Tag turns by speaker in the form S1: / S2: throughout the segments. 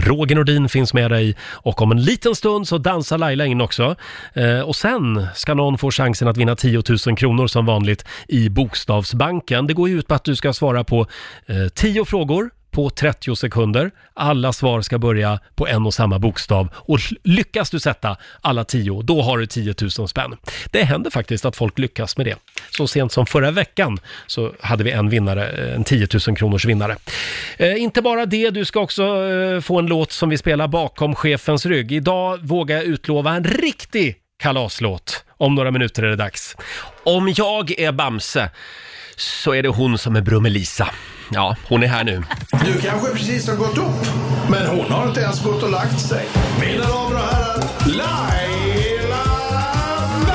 S1: Roger Nordin finns med dig och om en liten stund så dansar Laila in också. Eh, och sen ska någon få chansen att vinna 10 000 kronor som vanligt i Bokstavsbanken. Det går ju ut på att du ska svara på eh, 10 frågor på 30 sekunder. Alla svar ska börja på en och samma bokstav och l- lyckas du sätta alla 10, då har du 10 000 spänn. Det händer faktiskt att folk lyckas med det. Så sent som förra veckan så hade vi en vinnare, eh, en 10 000 kronors vinnare. Eh, inte bara det, du ska också eh, få en låt som vi spelar bakom chefens rygg. Idag vågar jag utlova en riktig kalaslåt. Om några minuter är det dags.
S2: Om jag är Bamse så är det hon som är Brummelisa. Ja, hon är här nu.
S3: Du kanske precis har gått upp, men hon har inte ens gått och lagt sig. Mina damer och herrar, Laila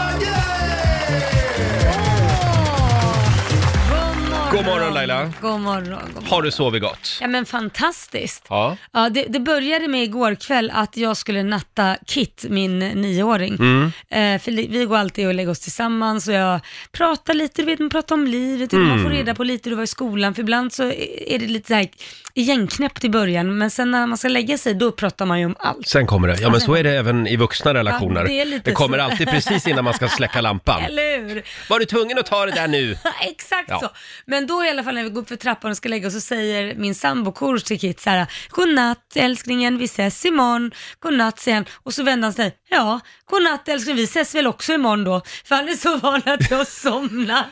S2: God morgon Laila.
S4: God morgon. God morgon.
S2: Har du sovit gott?
S4: Ja men fantastiskt.
S2: Ja.
S4: Ja, det, det började med igår kväll att jag skulle natta Kit, min nioåring.
S2: Mm.
S4: Eh, för li- vi går alltid och lägger oss tillsammans och jag pratar lite, du vet man pratar om livet,
S2: Mm.
S4: man får reda på lite hur det var i skolan, för ibland så är det lite så här igenknäppt i början, men sen när man ska lägga sig då pratar man ju om allt.
S2: Sen kommer det. Ja, men så är det även i vuxna relationer.
S4: Ja, det är lite
S2: det kommer
S4: så.
S2: alltid precis innan man ska släcka lampan.
S4: Eller hur?
S2: Var du tvungen att ta det där nu?
S4: Exakt
S2: Ja.
S4: så. Men då i alla fall när vi går upp för trappan och ska lägga oss så säger min sambo Korosh till Kit så här, godnatt älsklingen, vi ses imorgon, godnatt sen. Och så vänder han sig, ja, godnatt älsklingen, vi ses väl också imorgon då. För han är så van att jag somnar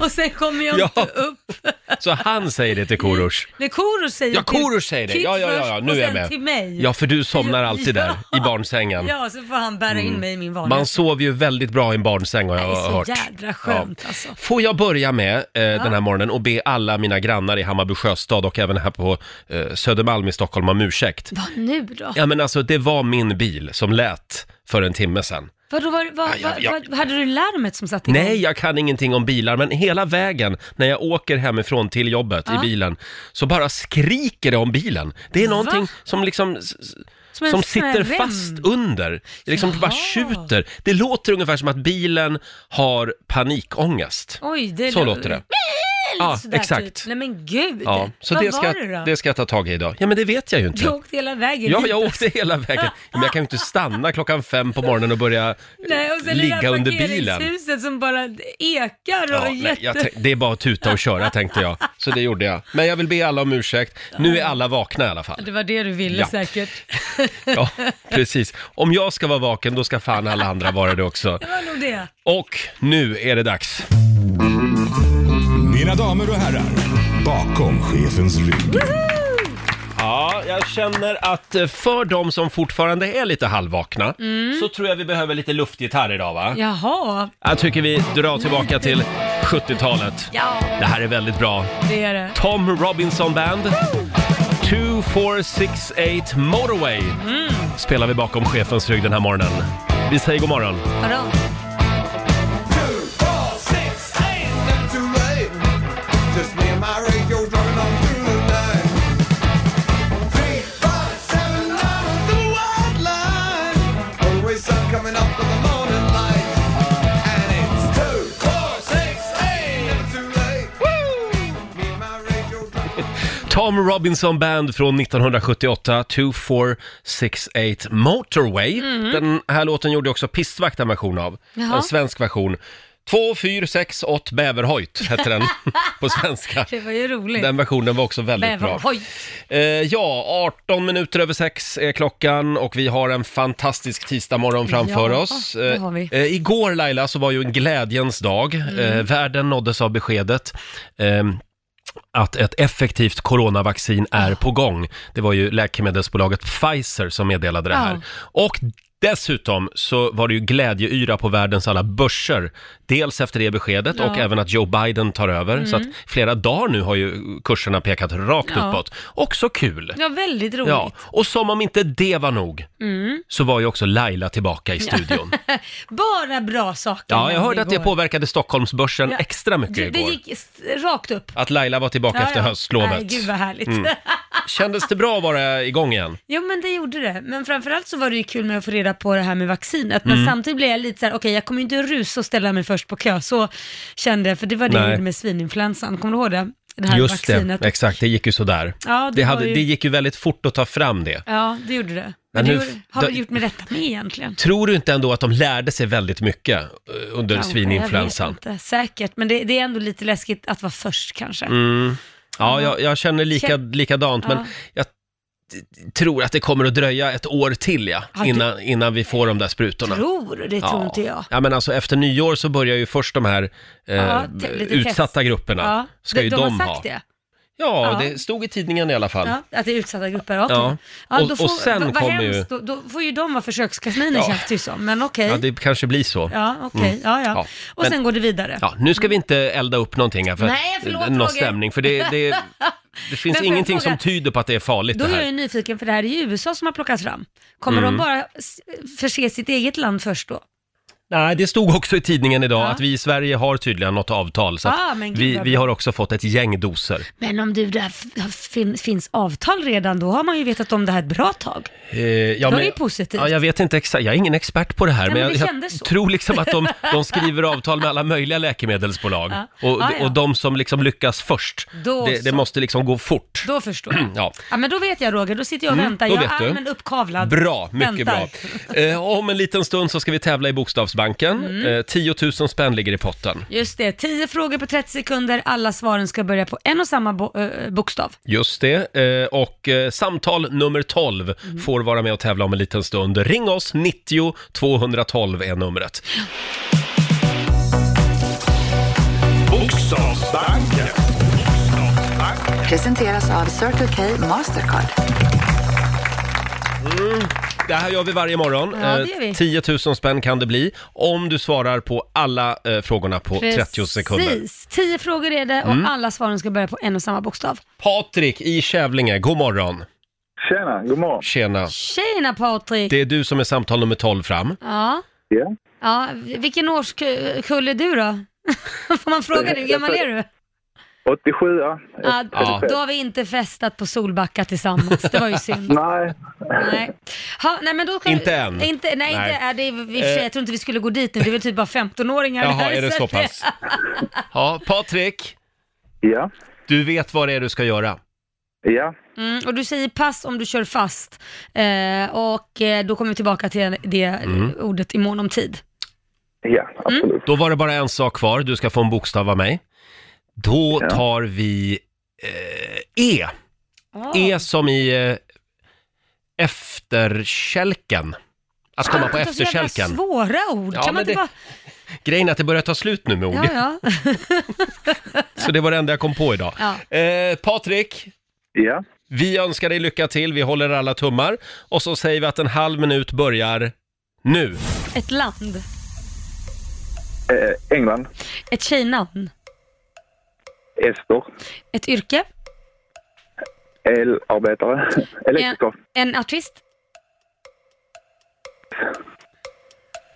S4: och sen kommer jag
S2: Ja.
S4: inte upp.
S2: Så han säger det till Korosh.
S4: Men Korosh säger
S2: Ja,
S4: till
S2: Korosh säger det.
S4: Kit
S2: Ja, ja, ja, ja,
S4: först
S2: nu
S4: och
S2: är jag
S4: sen
S2: med.
S4: till mig.
S2: Ja, för du somnar alltid där i barnsängen. Mm.
S4: Ja, så får han bära in mig i min vardag.
S2: Man sover ju väldigt bra i en barnsäng har jag
S4: det är så
S2: hört.
S4: jädra skönt alltså.
S2: Får jag börja med eh, den här morgonen och be alla mina grannar i Hammarby sjöstad och även här på eh, Södermalm i Stockholm om ursäkt.
S4: Vad nu då?
S2: Ja men alltså det var min bil som lät för en timme sedan.
S4: Vadå, var, var,
S2: Ja, ja, ja.
S4: var, var, hade du larmet som satte igång?
S2: Nej, jag kan ingenting om bilar, men hela vägen när jag åker hemifrån till jobbet
S4: Ja.
S2: i bilen så bara skriker det om bilen. Det är någonting som liksom s- s-
S4: Som en
S2: som
S4: sån här
S2: sitter
S4: rem.
S2: fast under. Det liksom bara tjuter. Det låter ungefär som att bilen har panikångest.
S4: Oj, det
S2: Så
S4: lå-
S2: låter det.
S4: Ja,
S2: Ja,
S4: sådär
S2: exakt.
S4: Typ. Nej men gud.
S2: Ja, så
S4: Vad
S2: det ska,
S4: var det då?
S2: det ska jag ta tag i idag. Ja, men det vet jag ju
S4: Du
S2: inte.
S4: åkte hela vägen
S2: Ja,
S4: hit.
S2: jag åkte hela vägen. Men jag kan ju inte stanna klockan fem på morgonen och börja eh,
S4: Nej, och sen det
S2: ligga
S4: där
S2: under bilen.
S4: parkeringshuset som bara ekar och
S2: Ja, nej,
S4: jätte...
S2: jag tänk, det är bara att tuta och köra tänkte jag. Så det gjorde jag. Men jag vill be alla om ursäkt. Nu är alla vakna i alla fall.
S4: Det var det du ville
S2: Ja.
S4: säkert.
S2: Ja, precis. Om jag ska vara vaken, då ska fan alla andra vara det också.
S4: Det var nog det.
S2: Och nu är det dags.
S3: Mina damer och herrar, bakom chefens rygg.
S2: Ja, jag känner att eh, för de som fortfarande är lite halvvakna
S4: Mm.
S2: så tror jag vi behöver lite luftgitarr idag va?
S4: Jaha,
S2: Jag tycker vi drar tillbaka till 70-talet.
S4: ja
S2: Det här är väldigt bra.
S4: det är det.
S2: Tom Robinson Band. 2468 Motorway spelar vi bakom chefens rygg den här morgonen. Vi säger god morgon.
S4: Vadå?
S3: Coming up for the morning light, and it's two, four, six, eight, and too late. Me and my radio driving on
S2: Tom Robinson Band från 1978, 2468 Motorway. Den här låten gjorde också Pistvakt en version av.
S4: Mhm. Jaha.
S2: En svensk version. 2468 Bäverhojt hette den på svenska.
S4: Det var ju roligt.
S2: Den versionen var också väldigt
S4: Bäver-
S2: bra.
S4: Oj.
S2: Eh, ja, 18 minuter över sex är klockan och vi har en fantastisk tisdagmorgon framför
S4: Ja,
S2: oss.
S4: det har vi. Mm.
S2: Eh, igår Laila så var ju en glädjens dag. Eh, världen nåddes av beskedet. ehm, att ett effektivt coronavaccin
S4: Ah.
S2: är på gång. Det var ju läkemedelsbolaget Pfizer som meddelade det här.
S4: Ja.
S2: Och dessutom så var det ju glädjeyra på världens alla börser. Dels efter det beskedet
S4: Ja. Mm.
S2: och även att Joe Biden tar över. Så att flera dagar nu har ju kurserna pekat rakt
S4: Ja.
S2: uppåt. Också kul!
S4: Ja, väldigt roligt.
S2: Ja, och som om inte det var nog
S4: Mm.
S2: så var ju också Laila tillbaka i studion.
S4: Bara bra saker.
S2: Ja, jag
S4: hände
S2: hörde att det
S4: igår.
S2: påverkade Stockholmsbörsen
S4: Ja.
S2: extra mycket
S4: Det, det
S2: igår.
S4: gick s- rakt upp.
S2: Att Laila var tillbaka efter
S4: Nej,
S2: höstlovet. Mm.
S4: gud vad härligt.
S2: Kändes det bra att vara igång igen?
S4: Jo men det gjorde det, men framförallt så var det ju kul med att få reda på det här med vaccinet,
S2: Mm.
S4: men samtidigt blev jag lite så här: okej jag kommer ju inte rusa och ställa mig först på kö, så kände jag, för det var det jag
S2: Nej.
S4: gjorde med svininfluensan, kommer du ihåg det? det här
S2: Just
S4: vaccinet.
S2: det, exakt. Det gick ju sådär.
S4: Ja,
S2: Det, hade,
S4: var ju-
S2: det gick ju väldigt fort att ta fram det.
S4: Ja, det gjorde det.
S2: Men
S4: Men
S2: nu-
S4: det gjorde, har
S2: då-
S4: vi gjort med rätta med egentligen?
S2: Tror du inte ändå att de lärde sig väldigt mycket eh, under
S4: Ja, jag
S2: svininfluensan?
S4: vet inte. Säkert, men det, det är ändå lite läskigt att vara först kanske.
S2: Mm. Ja, jag, jag känner lika,
S4: Kän-
S2: likadant, men
S4: Ja.
S2: jag t- tror att det kommer att dröja ett år till ja,
S4: Ja, du-
S2: innan, innan vi får de där sprutorna.
S4: Tror, det tror inte jag.
S2: Ja, men alltså efter nyår så börjar ju först de här eh,
S4: Ja, te- lite
S2: utsatta
S4: test.
S2: grupperna.
S4: Ja,
S2: Ska ju
S4: de,
S2: de,
S4: de har sagt
S2: ha.
S4: det.
S2: Ja,
S4: Ja.
S2: det stod i tidningen i alla fall.
S4: Ja, att det är utsatta grupper. Ja.
S2: Ja.
S4: ja.
S2: Och-
S4: då
S2: och
S4: får,
S2: sen
S4: vad, vad
S2: kommer
S4: hemskt, då, då får ju de vara försökskaniner
S2: Ja.
S4: känns det ju som. Men okej.
S2: Ja, det kanske blir så. Ja.
S4: Ja, okej. Ja, ja.
S2: Mm. Ja,
S4: Och
S2: men-
S4: sen går det vidare.
S2: nu ska vi inte elda upp någonting här för
S4: Nej, förlåt,
S2: någon
S4: Roger.
S2: stämning, för det, det, det finns
S4: Men får jag
S2: ingenting som
S4: fråga?
S2: tyder på att det är farligt
S4: Då
S2: det
S4: är
S2: här. Mm.
S4: jag ju nyfiken, för det här är ju USA som har plockats fram. Kommer de bara s- förse sitt eget land först då?
S2: Nej, det stod också i tidningen idag
S4: Ja.
S2: att vi i Sverige har tydligen något avtal, så
S4: Ah,
S2: att
S4: men gud,
S2: vi,
S4: vad
S2: vi
S4: bra.
S2: har också fått ett gäng doser.
S4: Men om du, det här f- fin, finns avtal redan, då har man ju vetat om det här ett bra tag.
S2: Eh, ja,
S4: Då är det ju positivt.
S2: Ja, jag vet inte exakt, jag är ingen expert på det här,
S4: Nej,
S2: men
S4: men det
S2: jag, jag
S4: kändes så.
S2: tror liksom att de, de skriver avtal med alla möjliga läkemedelsbolag.
S4: Ja.
S2: Och,
S4: Ah, ja.
S2: och de som liksom lyckas först,
S4: Då
S2: det, det
S4: så.
S2: måste liksom gå fort.
S4: Då förstår jag.
S2: Ja. Mm,
S4: Ja, men då vet jag Roger, då sitter jag och väntar.
S2: då
S4: Jag
S2: vet
S4: är
S2: du.
S4: armen uppkavlad.
S2: Bra, mycket
S4: Väntar.
S2: bra. Eh, om en liten stund så ska vi tävla i Bokstavsbanken.
S4: Mm.
S2: Eh, 10 000 spänn ligger i potten.
S4: Just det, 10 frågor på 30 sekunder. Alla svaren ska börja på en och samma bo- eh, bokstav.
S2: Just det. Eh, Och eh, samtal nummer 12
S4: Mm.
S2: får vara med och tävla om en liten stund. Ring oss, 90 212 är numret.
S5: Bokstavsbanken.
S6: Presenteras av Circle K Mastercard.
S2: Det här gör vi varje morgon.
S4: Ja, det
S2: Eh,
S4: gör vi.
S2: 10 000 spänn kan det bli om du svarar på alla eh, frågorna på 30 sekunder. Mm.
S4: Precis, 10 frågor är det och alla svaren ska börja på en och samma bokstav.
S2: Patrik i Kävlinge, god morgon.
S7: Tjena, god morgon.
S2: Tjena.
S4: Tjena Patrik!
S2: Det är du som är samtal nummer 12 fram.
S4: Ja.
S7: Ja.
S4: ja, vilken årskull är du då? Får man fråga dig, hur gammal är du?
S7: 87
S4: Ja,
S2: Ja.
S4: Då har vi inte festat på Solbacka tillsammans, det var ju synd.
S7: Nej,
S4: nej. Ha, nej, men då kan
S2: Inte än.
S4: Inte, nej,
S2: Nej.
S4: Inte, är det, är- i och för sig, jag tror inte vi skulle gå dit nu, det är väl typ bara 15-åringar
S2: Jaha,
S4: där,
S2: är det så
S4: att
S2: pass? Ja, Patrik,
S7: ja,
S2: du vet vad det är du ska göra.
S7: ja,
S4: Mm, och du säger pass om du kör fast. Eh, och eh, då kommer vi tillbaka till det
S2: Mm.
S4: ordet imorgon om tid.
S7: ja, absolut.
S2: Då var det bara en sak kvar, du ska få en bokstav av mig. Då tar vi eh, E.
S4: Ah.
S2: E som i eh, efterkälken. Att komma på
S4: Ah, Det är så jävla
S2: efterkälken.
S4: svåra ord.
S2: Ja, men
S4: kan man inte
S2: det-
S4: bara...
S2: Grejen är att det börjar ta slut nu med ord,
S4: Ja, ja.
S2: så det var det enda jag kom på idag.
S4: Ja.
S2: Eh, Patrik,
S7: Ja,
S2: vi önskar dig lycka till, vi håller alla tummar. Och så säger vi att en halv minut börjar nu.
S4: Ett land.
S7: eh, England,
S4: Ett tjejnamn.
S7: Ester,
S4: Ett yrke.
S7: elarbetare, elektriker,
S4: En artist.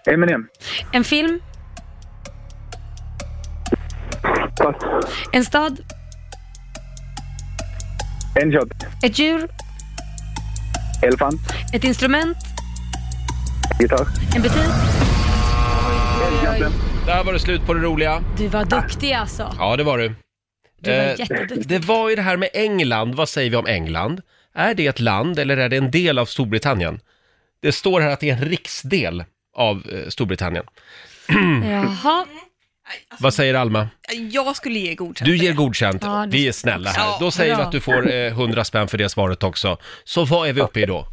S7: Eminem,
S4: En film.
S7: pass,
S4: En stad.
S7: Enchant,
S4: Ett djur.
S7: elefant,
S4: Ett instrument.
S7: gitarr,
S4: En butik.
S7: Elgiganten,
S2: Där var det slut på det roliga.
S4: Du var duktig alltså.
S2: Ja, det var du.
S4: Du var
S2: Eh,
S4: jätteduktig.
S2: Det var ju det här med England, vad säger vi om England? Är det ett land eller är det en del av Storbritannien? Det står här att det är en riksdel av eh, Storbritannien. mm.
S4: Jaha.
S2: Vad säger Alma?
S8: Jag skulle ge godkänt.
S2: Du ger godkänt.
S4: Ja, Alltså, det-
S2: Vi är snälla här.
S8: Ja,
S2: Då säger vi
S4: bra.
S2: att du får eh, 100 spänn för det svaret också. Så vad är vi uppe i då?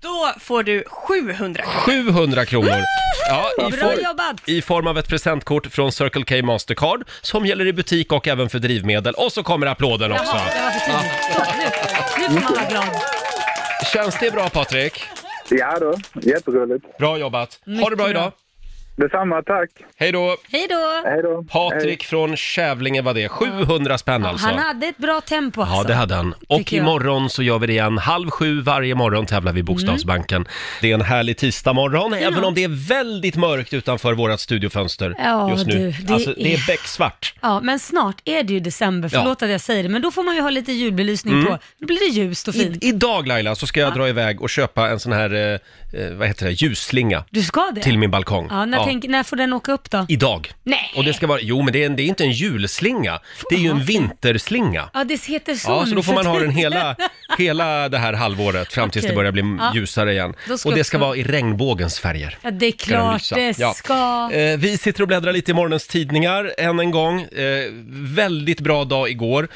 S8: Då får du 700
S2: 700 kronor. Ja, i,
S4: Bra
S2: for-
S4: jobbat!
S2: i form av ett presentkort från Circle K Mastercard som gäller i butik och även för drivmedel. Och så kommer applåden också.
S4: Jaha, det var för tidigt. Stopp nu. Nu får man vara glad.
S2: Känns det bra Patrik?
S7: Ja då, jätteroligt.
S2: Bra jobbat. Ha det
S4: Mycket
S2: bra
S4: bra.
S2: idag.
S7: Detsamma, tack.
S2: Hej då.
S4: Hej då!
S7: Hej då.
S2: Patrik från Kävlinge var det. 700 spänn alltså.
S4: Eh. Han hade ett bra tempo alltså.
S2: Ja, det hade han. Och
S4: Tycker jag. Mm.
S2: imorgon så gör vi det igen. Halv sju varje morgon tävlar vi i Bokstavsbanken. Det är en härlig tisdagmorgon, även om det är väldigt mörkt utanför vårt studiofönster
S4: Ja,
S2: just nu.
S4: du, det
S2: alltså, det är
S4: är-
S2: becksvart.
S4: Ja, men snart är det ju december,
S2: Ja. Mm.
S4: förlåt att jag säger det, men då får man ju ha lite julbelysning på. Då blir det ljust och
S2: I,
S4: fint.
S2: idag Laila så ska jag dra iväg och köpa en sån här, eh, eh, vad heter det, ljusslinga
S4: Du ska det?
S2: till min balkong.
S4: Ja, när tänker, när får den åka upp då?
S2: Idag.
S4: Nej!
S2: Och det ska vara, jo men det är, en- det är inte en julslinga, det är ju en vinterslinga.
S4: Ja, det heter så.
S2: Ja,
S4: nu
S2: så då får
S4: för
S2: man ha den
S4: tiden.
S2: hela, hela det här halvåret fram tills
S4: Okej.
S2: det börjar bli
S4: Ja.
S2: ljusare igen.
S4: Då ska
S2: Och det
S4: jag
S2: ska
S4: också-
S2: vara i regnbågens färger.
S4: Ja, det är
S2: ska den
S4: klart
S2: lysa.
S4: det
S2: Ja.
S4: ska.
S2: Eh, Vi sitter och bläddrar lite i morgonens tidningar än en gång. Eh, Väldigt bra dag igår.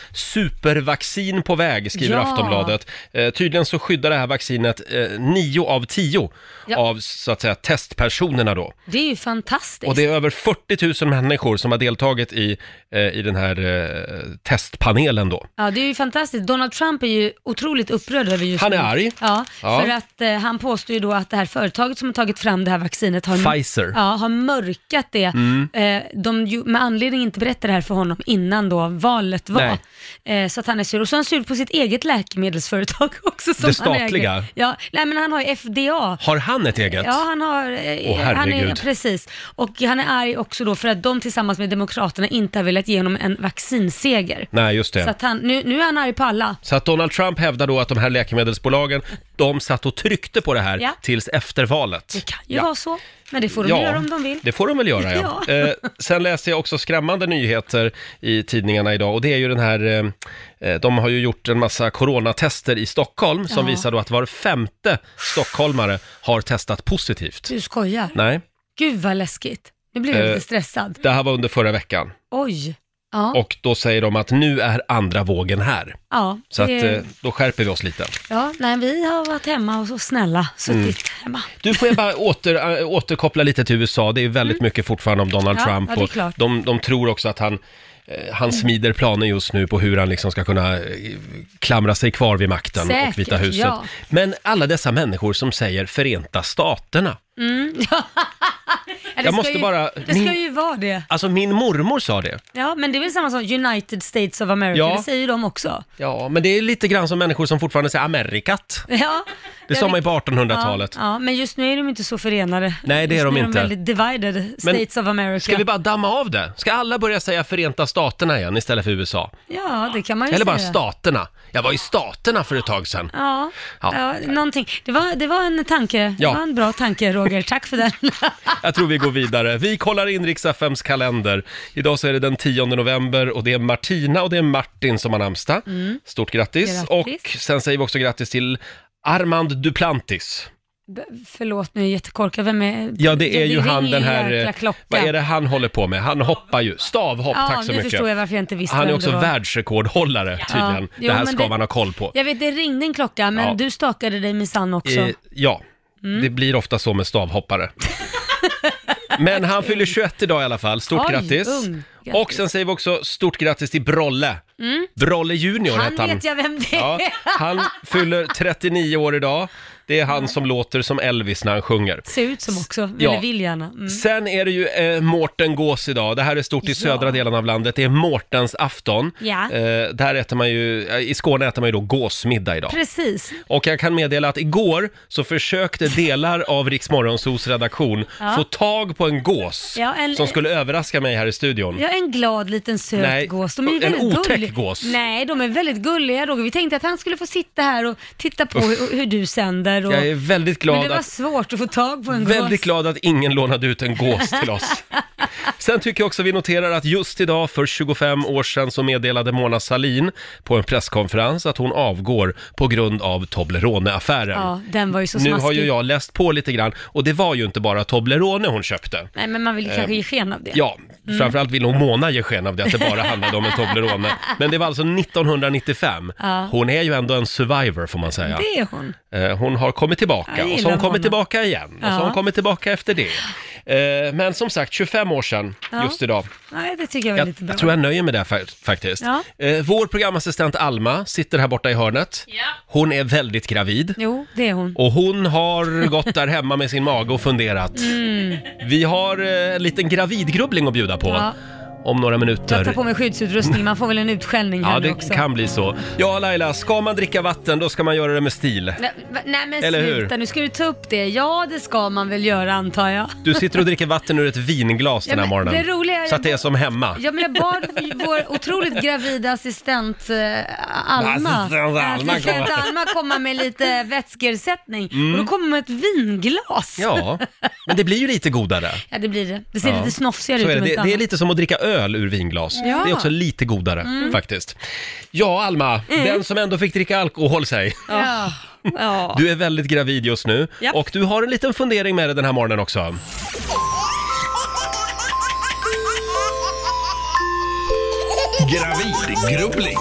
S2: Supervaccin på väg, skriver
S4: Ja.
S2: Aftonbladet. Eh, Tydligen så skyddar det här vaccinet eh, nio av tio
S4: Ja.
S2: av så att säga testpersonerna då.
S4: Det är ju fantastiskt.
S2: Och det är över 40 000 människor som har deltagit i, eh, i den här eh, testpanelen då.
S4: Ja, det är ju fantastiskt. Donald Trump är ju otroligt upprörd över just
S2: Han är
S4: nu.
S2: arg.
S4: Ja,
S2: Ja.
S4: för att eh, han påstår ju då att det här företaget som har tagit fram det här vaccinet har,
S2: Pfizer. Mm.
S4: ja, har mörkat det. Eh, de ju, med anledning inte berättade det här för honom innan då valet var. Eh, så att han är sur. Och så är han sur på sitt eget läkemedelsföretag också. Som
S2: Det
S4: Han
S2: statliga?
S4: äger. Ja, nej men han har ju FDA.
S2: Har han ett eget?
S4: Ja, han har... eh,
S2: Åh,
S4: han är,
S2: herregud.
S4: precis. Och han är arg också då för att de tillsammans med Demokraterna inte har velat ge honom en vaccinseger.
S2: Nej, just det.
S4: Så att han, nu, nu är han arg på alla.
S2: Så att Donald Trump hävdar då att de här läkemedelsbolagen, de satt och tryckte på det här
S4: Ja.
S2: tills efter valet.
S4: Det kan ju vara så, men det får de göra om de vill.
S2: det får de väl göra ja.
S4: Ja.
S2: Eh, sen läser jag också skrämmande nyheter i tidningarna idag och det är ju den här, eh, eh, de har ju gjort en massa coronatester i Stockholm som
S4: Ja.
S2: visar då att var femte stockholmare har testat positivt.
S4: Du skojar.
S2: Nej,
S4: Gud vad läskigt. Nu blir jag
S2: Eh.
S4: lite stressad.
S2: det här var under förra veckan
S4: Oj. Ja,
S2: och då säger de att nu är andra vågen här.
S4: ja,
S2: Så att,
S4: det-
S2: eh, då skärper vi oss lite.
S4: ja, nej, vi har varit hemma och så snälla suttit
S2: Mm.
S4: hemma.
S2: Du, får jag bara åter, äh, återkoppla lite till USA. Det är väldigt mycket fortfarande om Donald
S4: Mm. Ja,
S2: Trump.
S4: ja, det är
S2: och
S4: klart. Mm.
S2: de, de tror också att han, eh, han smider planer just nu på hur han liksom ska kunna eh, klamra sig kvar vid makten och
S4: Säkert,
S2: Vita huset.
S4: ja.
S2: Men alla dessa människor som säger Förenta Staterna.
S4: Ja, det
S2: Jag
S4: ska
S2: måste
S4: ju,
S2: bara-
S4: Det ska
S2: min-
S4: ju vara det.
S2: Alltså min mormor sa det.
S4: Ja, men det är väl samma som United States of America,
S2: Ja.
S4: det säger ju de också.
S2: Ja, men det är lite grann som människor som fortfarande säger Amerikat.
S4: Ja.
S2: Det
S4: Ja,
S2: sa man ju
S4: det-
S2: på 1800-talet.
S4: Ja, ja, men just nu är de inte så förenade.
S2: Nej, det är
S4: just
S2: de
S4: nu
S2: inte.
S4: Är de väldigt divided,
S2: Men
S4: States of America.
S2: Ska vi bara damma av det? Ska alla börja säga Förenta Staterna igen istället för USA?
S4: Ja, det kan man ju
S2: Eller bara
S4: säga.
S2: staterna. Jag var i staterna för ett tag sedan.
S4: Ja,
S2: Ja.
S4: ja. någonting. Det var, det var en tanke.
S2: Ja.
S4: Det var en bra tanke, Roger. Tack för den.
S2: Jag tror vi går vidare. Vi kollar in riks FMs kalender. Idag så är det den 10 november och det är Martina och det är Martin som har namnsdag. Stort grattis.
S4: Mm. Grattis.
S2: Och sen säger vi också grattis till Armand Duplantis.
S4: B- Förlåt, nu är jag jättekorkad. Vem är...
S2: Ja, det är ju han
S4: ringer
S2: den
S4: en
S2: här...
S4: jäkla
S2: eh,
S4: klocka.
S2: Vad är det han håller på med? Han hoppar ju. Stavhopp,
S4: Ja,
S2: tack så
S4: nu
S2: mycket.
S4: förstår jag varför jag inte visste
S2: Han är
S4: vem
S2: också
S4: det var.
S2: världsrekordhållare tydligen.
S4: Jo,
S2: det här
S4: men
S2: ska
S4: det-
S2: man ha koll på.
S4: Jag vet, det ringde en klocka, men
S2: Ja.
S4: du stakade dig minsann också. Mm.
S2: Eh, ja, det blir ofta så med stavhoppare. Men han fyller 21 idag i alla fall. Stort
S4: Oj,
S2: grattis.
S4: ung. Grattis. Mm.
S2: Och sen säger vi också stort grattis till Brolle. Brolle Junior
S4: han
S2: hette han.
S4: vet jag vem det är.
S2: Ja, han fyller 39 år idag. Det är han som låter som Elvis när han sjunger.
S4: Ser ut som också,
S2: Ja.
S4: eller vill gärna. Mm.
S2: Sen är det ju eh, Mårten Gås idag. Det här är stort i södra delen av landet. Det är Mårtens afton.
S4: Ja.
S2: Eh, där äter man ju, eh, I Skåne äter man ju då gåsmiddag idag.
S4: Precis.
S2: Och jag kan meddela att igår så försökte delar av Riksmorgonsos redaktion få tag på en gås
S4: Ja, en-
S2: som skulle överraska mig här i studion.
S4: Jag är en glad liten söt
S2: Nej,
S4: gås. De är ju
S2: en
S4: väldigt
S2: otäck
S4: gulliga.
S2: gås.
S4: Nej, de är väldigt gulliga Roger. Vi tänkte att han skulle få sitta här och titta på hur, hur du sänder. Och...
S2: Jag är väldigt
S4: Men det
S2: glad,
S4: var
S2: att,
S4: svårt att få tag på en gås.
S2: väldigt glad att ingen lånade ut en gås till oss. Sen tycker jag också vi noterar att just idag för 25 år sedan så meddelade Mona Salin på en presskonferens att hon avgår på grund av Toblerone-affären.
S4: Ja, den var ju så
S2: nu
S4: smaskig.
S2: har ju jag läst på lite grann och det var ju inte bara Toblerone hon köpte.
S4: Nej, men man vill kanske ge sken av det.
S2: Eh, Ja,
S4: Mm.
S2: framförallt vill nog Mona ge sken av det, att det bara handlade om en Toblerone. Men det var alltså 1995. Hon är ju ändå en survivor får man säga.
S4: Det är hon.
S2: Eh, Hon har kommit
S4: Ja,
S2: tillbaka
S4: jag
S2: och så
S4: gillar
S2: hon kommer
S4: Mona.
S2: tillbaka igen och så
S4: Ja.
S2: hon kommer tillbaka efter det. Eh, Men som sagt, 25 år sedan
S4: Ja.
S2: just idag.
S4: Nej, det tycker jag var
S2: Jag,
S4: lite bra.
S2: jag tror jag nöjer mig där fa- faktiskt.
S4: Ja.
S2: Eh, Vår programassistent Alma sitter här borta i hörnet. Hon är väldigt gravid.
S4: Jo, det är hon.
S2: Och hon har gått där hemma med sin mage och funderat. Vi har eh, en liten gravidgrubbling att bjuda på.
S4: Mm. Ja.
S2: om några
S4: Jag tar
S2: minuter.
S4: på mig skyddsutrustning, man får väl en utskällning här
S2: Ja,
S4: nu
S2: det
S4: också.
S2: kan bli så. Ja, Laila, ska man dricka vatten då ska man göra det med stil.
S4: Nej, va- Nej men
S2: Eller hur?
S4: sluta, nu ska du ta upp det. Ja, det ska man väl göra antar jag.
S2: Du sitter och dricker vatten ur ett vinglas den
S4: Ja,
S2: här
S4: men
S2: morgonen.
S4: det roliga är-
S2: Så att det är som hemma.
S4: Ja, men jag bad vår otroligt gravida assistent eh,
S2: Assistent
S4: Alma,
S2: Alma
S4: assistent
S2: kommer.
S4: Alma komma med lite vätskeersättning. Och då kommer med ett vinglas.
S2: Mm. Ja, men det blir ju lite godare.
S4: Ja, det blir det. Det ser
S2: Ja.
S4: lite snofsigare
S2: Så
S4: ut
S2: är det.
S4: om
S2: Det,
S4: inte
S2: det är
S4: annat.
S2: lite som att dricka öl ur vinglas.
S8: Ja.
S2: Det är också lite godare
S4: Mm.
S2: faktiskt. Ja, Alma, den som ändå fick dricka alkohol sig.
S4: Ja.
S8: Ja.
S2: Du är väldigt gravid just nu
S8: Japp.
S2: och du har en liten fundering med dig den här morgonen också.
S5: Gravidgrubbling.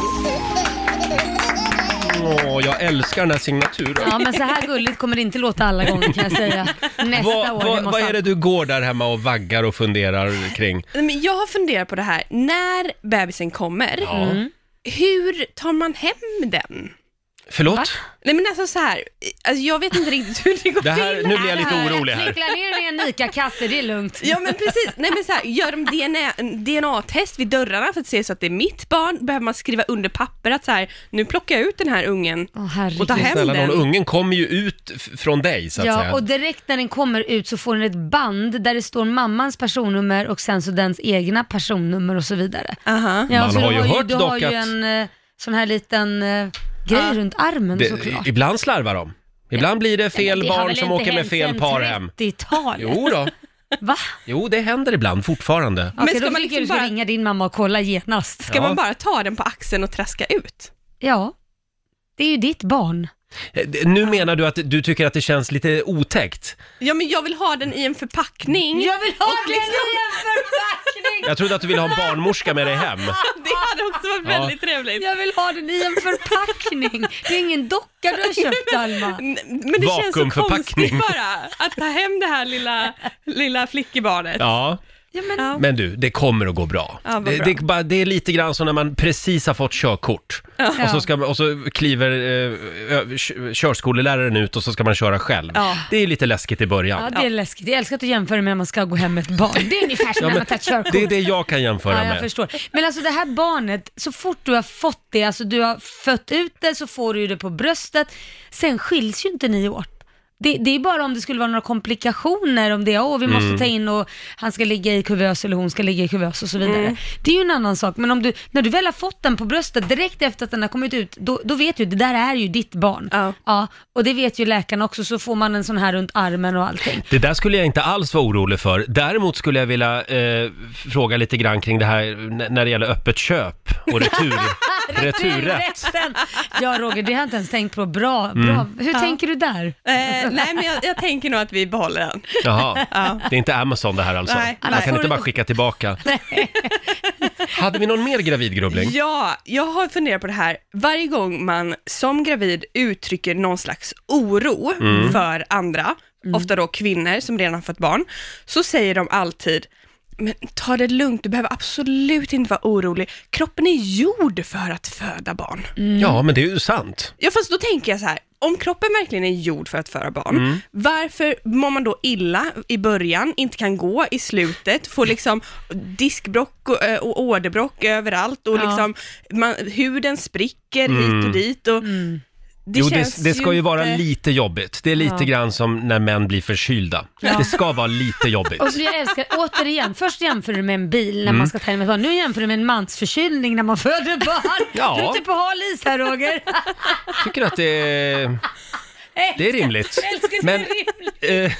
S2: Åh, jag älskar den här signaturen.
S4: ja, men så här gulligt kommer det inte låta alla gånger kan jag säga. Nästa
S2: Vad, vad,
S4: år. vi måste
S2: vad
S4: ha-
S2: är det du går där hemma och vaggar och funderar kring?
S8: Nej, men Jag har funderat på det här, när bebisen kommer,
S2: Ja.
S8: hur tar man hem den?
S2: Förlåt?
S8: Nej men alltså så här, alltså jag vet inte riktigt hur det går
S2: Det här,
S8: till.
S2: nu blir jag
S4: Nej,
S2: lite
S4: det
S2: orolig här.
S4: Knyckla ner den i en ICA-kasse, det är lugnt.
S8: Ja men precis, nej men så här, gör de DNA en DNA-test vid dörrarna för att se så att det är mitt barn? Behöver man skriva under papper att så här, nu plockar jag ut den här ungen?
S4: Åh
S8: Och ta
S4: herregud.
S8: hem
S2: Snälla
S8: den.
S2: någon, ungen kommer ju ut f- från dig så att
S4: Ja,
S2: säga.
S4: och direkt när den kommer ut så får den ett band där det står mammans personnummer och sen så dens egna personnummer och så vidare.
S8: Aha.
S4: Ja,
S2: Man
S4: så
S2: har
S4: du
S2: ju hört
S4: du har
S2: dock
S4: ju
S2: att- Ah.
S4: en eh, sån här liten eh, grej runt armen
S2: Det,
S4: såklart.
S2: ibland slarvar de. Ibland blir det fel
S4: Det har
S2: barn
S4: väl
S2: som
S4: inte
S2: åker med
S4: hänt
S2: fel
S4: sedan
S2: par hem.
S4: 30-talet.
S2: Jo då.
S4: Va?
S2: Jo, det händer ibland fortfarande.
S4: Okej,
S8: ska
S4: då
S8: man
S4: tycker jag du
S8: liksom
S4: ska
S8: bara-
S4: ringa din mamma och kolla genast.
S8: Ska
S2: Ja.
S8: man bara ta den på axeln och traska ut?
S4: Ja, det är ju ditt barn.
S2: Eh, d- Nu menar du att du tycker att det känns lite otäckt.
S8: Ja men jag vill ha den i en förpackning.
S4: Jag vill ha
S8: Och
S4: den
S8: liksom-
S4: i en förpackning!
S2: Jag trodde att du ville ha en barnmorska med dig hem.
S8: Det hade också varit
S2: Ja.
S8: väldigt trevligt.
S4: Jag vill ha den i en förpackning. Det är ingen docka du har köpt Alma.
S8: N- Men det känns så
S2: Vakuumförpackning.
S8: konstigt bara, att ta hem det här lilla, lilla flickebarnet.
S2: Ja,
S4: Ja, men...
S8: Ja.
S2: men du, det kommer att gå bra.
S8: Ja, vad
S2: det,
S8: bra.
S2: Det, är bara- det är lite grann som när man precis har fått körkort och, så
S4: Ja.
S2: ska, man- och så kliver eh, ö- kö- körskoleläraren ut och så ska man köra själv.
S8: Ja.
S2: Det är lite läskigt i början.
S4: Ja, det är läskigt. Jag älskar att du jämför med när man ska gå hem med ett barn. Det är ungefär som när man tar ett körkort.
S2: Det är det jag kan jämföra
S4: Ja, jag
S2: med.
S4: förstår. Men alltså det här barnet, så fort du har fått det, alltså du har fött ut det, så får du ju det på bröstet. Sen skiljs ju inte ni åt. Det, det är bara om det skulle vara några komplikationer, om det är åh vi måste
S2: Mm.
S4: ta in och han ska ligga i kuvös eller hon ska ligga i kuvös och så vidare. Det är ju en annan sak, men om du, när du väl har fått den på bröstet direkt efter att den har kommit ut, då, då vet du, det där är ju ditt barn.
S8: Ja.
S4: ja. Och det vet ju läkarna också, så får man en sån här runt armen och allting.
S2: Det där skulle jag inte alls vara orolig för. Däremot skulle jag vilja eh, fråga lite grann kring det här n- när det gäller öppet köp och retur, returrätt.
S4: Returrätten. Ja Roger, det har jag inte ens tänkt på. Bra, bra.
S2: Mm.
S4: Hur tänker du där?
S8: Eh, nej men jag, jag tänker nog att vi behåller den.
S2: Jaha,
S8: Ja.
S2: det är inte Amazon det här alltså?
S8: Nej,
S2: Man
S8: nej.
S2: kan inte bara skicka tillbaka. Hade vi någon mer gravidgrubbling?
S8: Ja, jag har funderat på det här. Varje gång man som gravid uttrycker någon slags oro
S2: Mm.
S8: för andra, ofta då kvinnor som redan har fått barn, så säger de alltid men ta det lugnt, du behöver absolut inte vara orolig. Kroppen är gjord för att föda barn.
S2: Ja, men det är ju sant.
S8: Ja, fast då tänker jag så här, om kroppen verkligen är gjord för att föra barn,
S2: Mm.
S8: varför mår man då illa i början, inte kan gå i slutet, får liksom diskbrock och, eh, och åderbråck överallt och
S4: Ja.
S8: liksom man, huden spricker hit och dit och
S4: Mm.
S8: det
S2: Mm. jo,
S8: känns
S2: det, det ska ju vara
S8: inte-
S2: lite jobbigt. Det är lite grann som när män blir förkylda. Det ska vara lite jobbigt.
S4: Och så jag älskar, återigen, först jämför du med en bil när
S2: Mm.
S4: man ska ta in ett barn. Nu jämför du med en mansförkylning när man föder barn.
S2: Ja.
S4: Du är ute på hal is här Roger.
S2: tycker att det är, det är rimligt. Men, eh,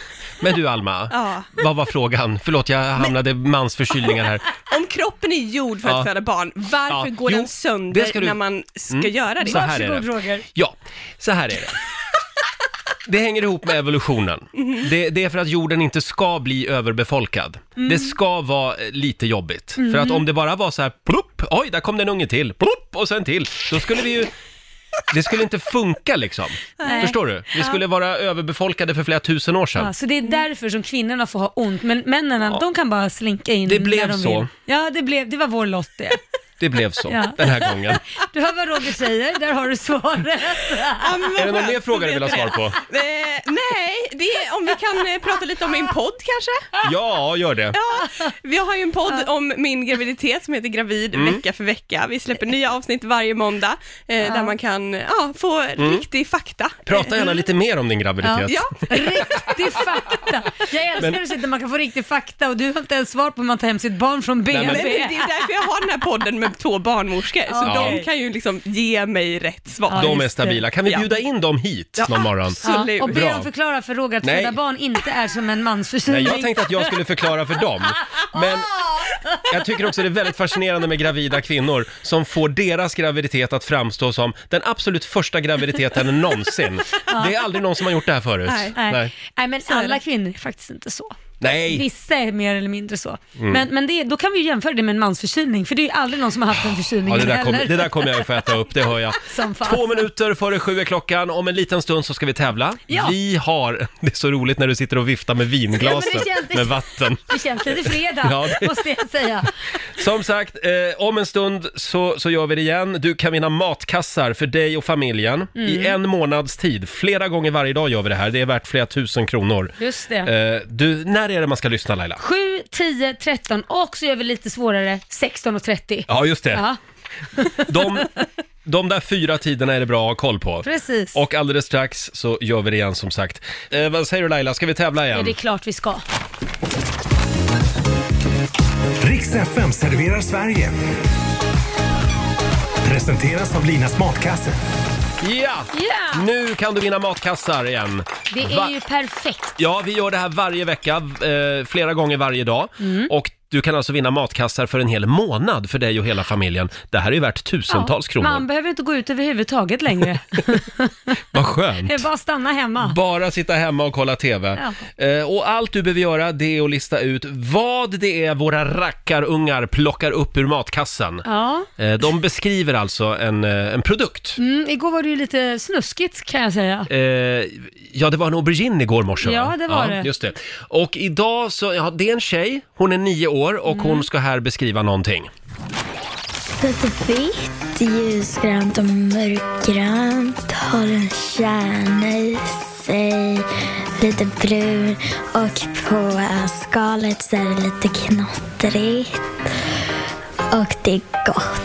S2: men du Alma,
S8: Ja.
S2: vad var frågan? Förlåt, jag hamnade mansförkylningar här.
S8: Om kroppen är gjord för att
S2: Ja.
S8: föda barn, varför
S2: Ja.
S8: går
S2: Jo,
S8: den
S2: det
S8: sönder
S2: ska du- Mm.
S8: när man ska göra det?
S2: Så här är
S4: Varsågod
S2: det.
S4: Roger.
S2: Ja, så här är det. Det hänger ihop med evolutionen.
S4: Mhm.
S2: Det, det är för att jorden inte ska bli överbefolkad.
S4: Mm.
S2: Det ska vara eh, lite jobbigt. För
S4: Mhm.
S2: att om det bara var så här, plupp, oj, där kom det en unge till, plupp, och sen till, då skulle vi ju... Det skulle inte funka liksom. Förstår du? Vi skulle vara överbefolkade för flera tusen år sedan.
S4: Ja, så det är därför som kvinnorna får ha ont, men männen de kan bara slinka in
S2: Det blev
S4: när de
S2: så.
S4: vill. Ja, det, blev, det var vår lott det.
S2: Det blev så
S4: Ja.
S2: den här gången.
S4: Du hör vad Roger säger, där har du svaret.
S8: Ja, men vad
S2: Är det någon
S8: skönt,
S2: mer
S8: då
S2: fråga du
S8: vet
S2: vill ha
S8: jag
S2: svar
S8: det.
S2: på?
S8: Eh, nej, Nej, det är, om vi kan eh, prata lite om min podd kanske?
S2: Ja, gör det.
S8: Ja, vi har ju en podd om min graviditet som heter Gravid
S2: Mm.
S8: vecka för vecka. Vi släpper nya avsnitt varje måndag eh, där man kan eh, ja, få
S2: Mm.
S8: riktig fakta.
S2: Prata gärna lite mer om din graviditet.
S8: Ja,
S4: Riktig fakta! Jag älskar
S2: Men-
S4: när du säger att man kan få riktig fakta och du har inte ens svar på hur man tar hem sitt barn från BB.
S2: men-
S8: Nej, men det är därför jag har den här podden med två barnmorskor, så
S2: Ja.
S8: de kan ju liksom ge mig rätt svar.
S2: De är
S4: just det.
S2: stabila. Kan vi
S8: Ja.
S2: bjuda in dem hit någon morgon?
S8: Absolut.
S4: och be
S2: Bra.
S4: dem förklara för Roger att
S2: Nej.
S4: föda barn inte är som en mans
S2: Nej,
S4: förkylning.
S2: jag tänkte att jag skulle förklara för dem. Men jag tycker också det är väldigt fascinerande med gravida kvinnor som får deras graviditet att framstå som den absolut första graviditeten någonsin. Det är aldrig någon som har gjort det här förut.
S8: Nej.
S4: Nej.
S2: Nej.
S4: Nej. men
S8: är
S4: alla
S8: det.
S4: kvinnor är faktiskt inte så.
S2: Nej.
S4: Vissa är mer eller mindre så.
S2: Mm.
S4: Men, men det, då kan vi ju jämföra det med en mans förkylning, för det är ju aldrig någon som har haft en förkylning
S2: Ja, det, där
S4: heller.
S2: kom, det där kommer jag ju få äta upp, det hör jag.
S4: Som fan.
S2: Två minuter före sju är klockan, om en liten stund så ska vi tävla.
S4: Ja.
S2: Vi har, det är så roligt när du sitter och viftar med vinglaset
S4: Ja, men det känns-
S2: med vatten.
S4: Det känns lite fredag,
S2: Ja, det-
S4: måste jag säga.
S2: Som sagt, eh, om en stund så, så gör vi det igen. Du kan vinna matkassar för dig och familjen i
S4: Mm.
S2: en månads tid. Flera gånger varje dag gör vi det här. Det är värt flera tusen kronor.
S4: Just det.
S2: Eh, du, när är det man ska lyssna Laila?
S4: 7, 10, 13 och så gör vi lite svårare 16 och 30.
S2: Ja, just det.
S4: Ja,
S2: De, de där fyra tiderna är det bra att ha koll på.
S4: precis.
S2: Och alldeles strax så gör vi det igen som sagt. Eh, vad säger du Laila, ska vi tävla
S4: Ja,
S2: igen?
S4: det är klart vi ska.
S5: Riks FM serverar Sverige. Presenteras av Linas Matkasse.
S2: Ja!
S4: Ja!
S2: Nu kan du vinna matkassar igen.
S4: Det är
S2: Va-
S4: ju perfekt.
S2: Ja, vi gör det här varje vecka, eh, flera gånger varje dag.
S4: Mm.
S2: Och du kan alltså vinna matkassar för en hel månad för dig och hela familjen. Det här är ju värt tusentals
S4: Ja,
S2: kronor.
S4: Man behöver inte gå ut överhuvudtaget längre.
S2: Vad
S4: det
S2: skönt!
S4: är bara att stanna hemma.
S2: Bara sitta hemma och kolla TV. Eh, och allt du behöver göra det är att lista ut vad det är våra rackarungar plockar upp ur matkassen.
S4: Ja.
S2: Eh, de beskriver alltså en, eh, en produkt.
S4: Mm, igår var det ju lite snuskigt kan jag säga.
S2: Eh, ja, det var en aubergine igår morse va?
S4: Ja, det
S2: ja,
S4: var det.
S2: Just det. Och idag så, ja, det är en tjej, hon är nio år och
S4: Mm.
S2: hon ska här beskriva någonting.
S9: Lite vitt, ljusgrönt och mörkgrönt. Har en kärna i sig. Lite brun och på eh, skalet så är det lite knottrigt. Och det är gott.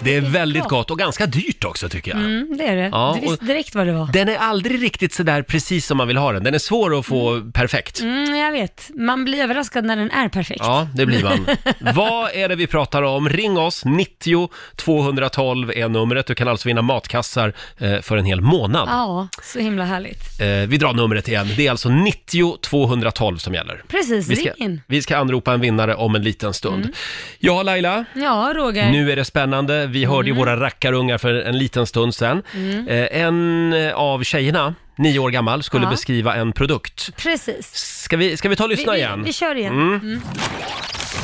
S2: Det är väldigt gott och ganska dyrt också tycker jag.
S4: Mm, det är det.
S2: Ja,
S4: du visste
S2: och-
S4: direkt vad det var.
S2: Den är aldrig riktigt sådär precis som man vill ha den. Den är svår att få perfekt.
S4: Mm, jag vet. Man blir överraskad när den är perfekt.
S2: Ja, det blir man. Vad är det vi pratar om? Ring oss, 90 212 är numret. Du kan alltså vinna matkassar eh, för en hel månad.
S4: Ja, så himla härligt.
S2: Eh, vi drar numret igen. Det är alltså 90 212 som gäller.
S4: Precis,
S2: Vi ska,
S4: ring in. Mm.
S2: vi ska anropa en vinnare om en liten stund. Ja, Laila.
S4: Ja, Roger.
S2: Nu är det spännande. Vi hörde
S4: Mm.
S2: ju våra rackarungar för en liten stund sedan. Eh, en av tjejerna, nio år gammal, skulle
S4: Ja.
S2: beskriva en produkt.
S4: Precis.
S2: Ska vi, ska vi ta och
S4: Vi,
S2: lyssna
S4: vi,
S2: igen? Mm.
S4: vi kör igen.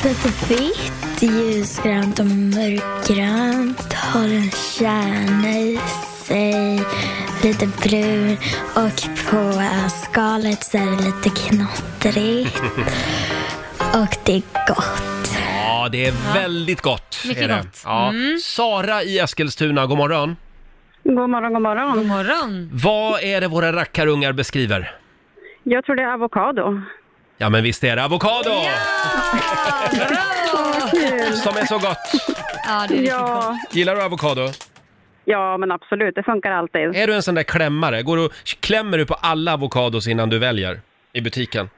S9: Lite vitt, ljusgrönt och mörkgrönt. Har en kärna i sig. Lite brun och på eh, skalet så är det lite knottrigt. Och det är gott.
S2: Ja, det är väldigt gott.
S4: Mycket
S2: är det.
S4: gott. Mm.
S2: Ja. Sara i Eskilstuna, god morgon.
S10: God morgon, god
S4: God
S10: morgon.
S4: morgon.
S2: Vad är det våra rackarungar beskriver?
S10: Jag tror det är avokado.
S2: Ja, men visst är det avokado
S4: Bra!
S2: som är så gott.
S4: Ja, det är riktigt gott.
S10: Ja,
S2: Gillar du avokado?
S10: ja, men absolut. Det funkar alltid.
S2: Är du en sån där klämmare? Går du, klämmer du på alla avokados innan du väljer i butiken?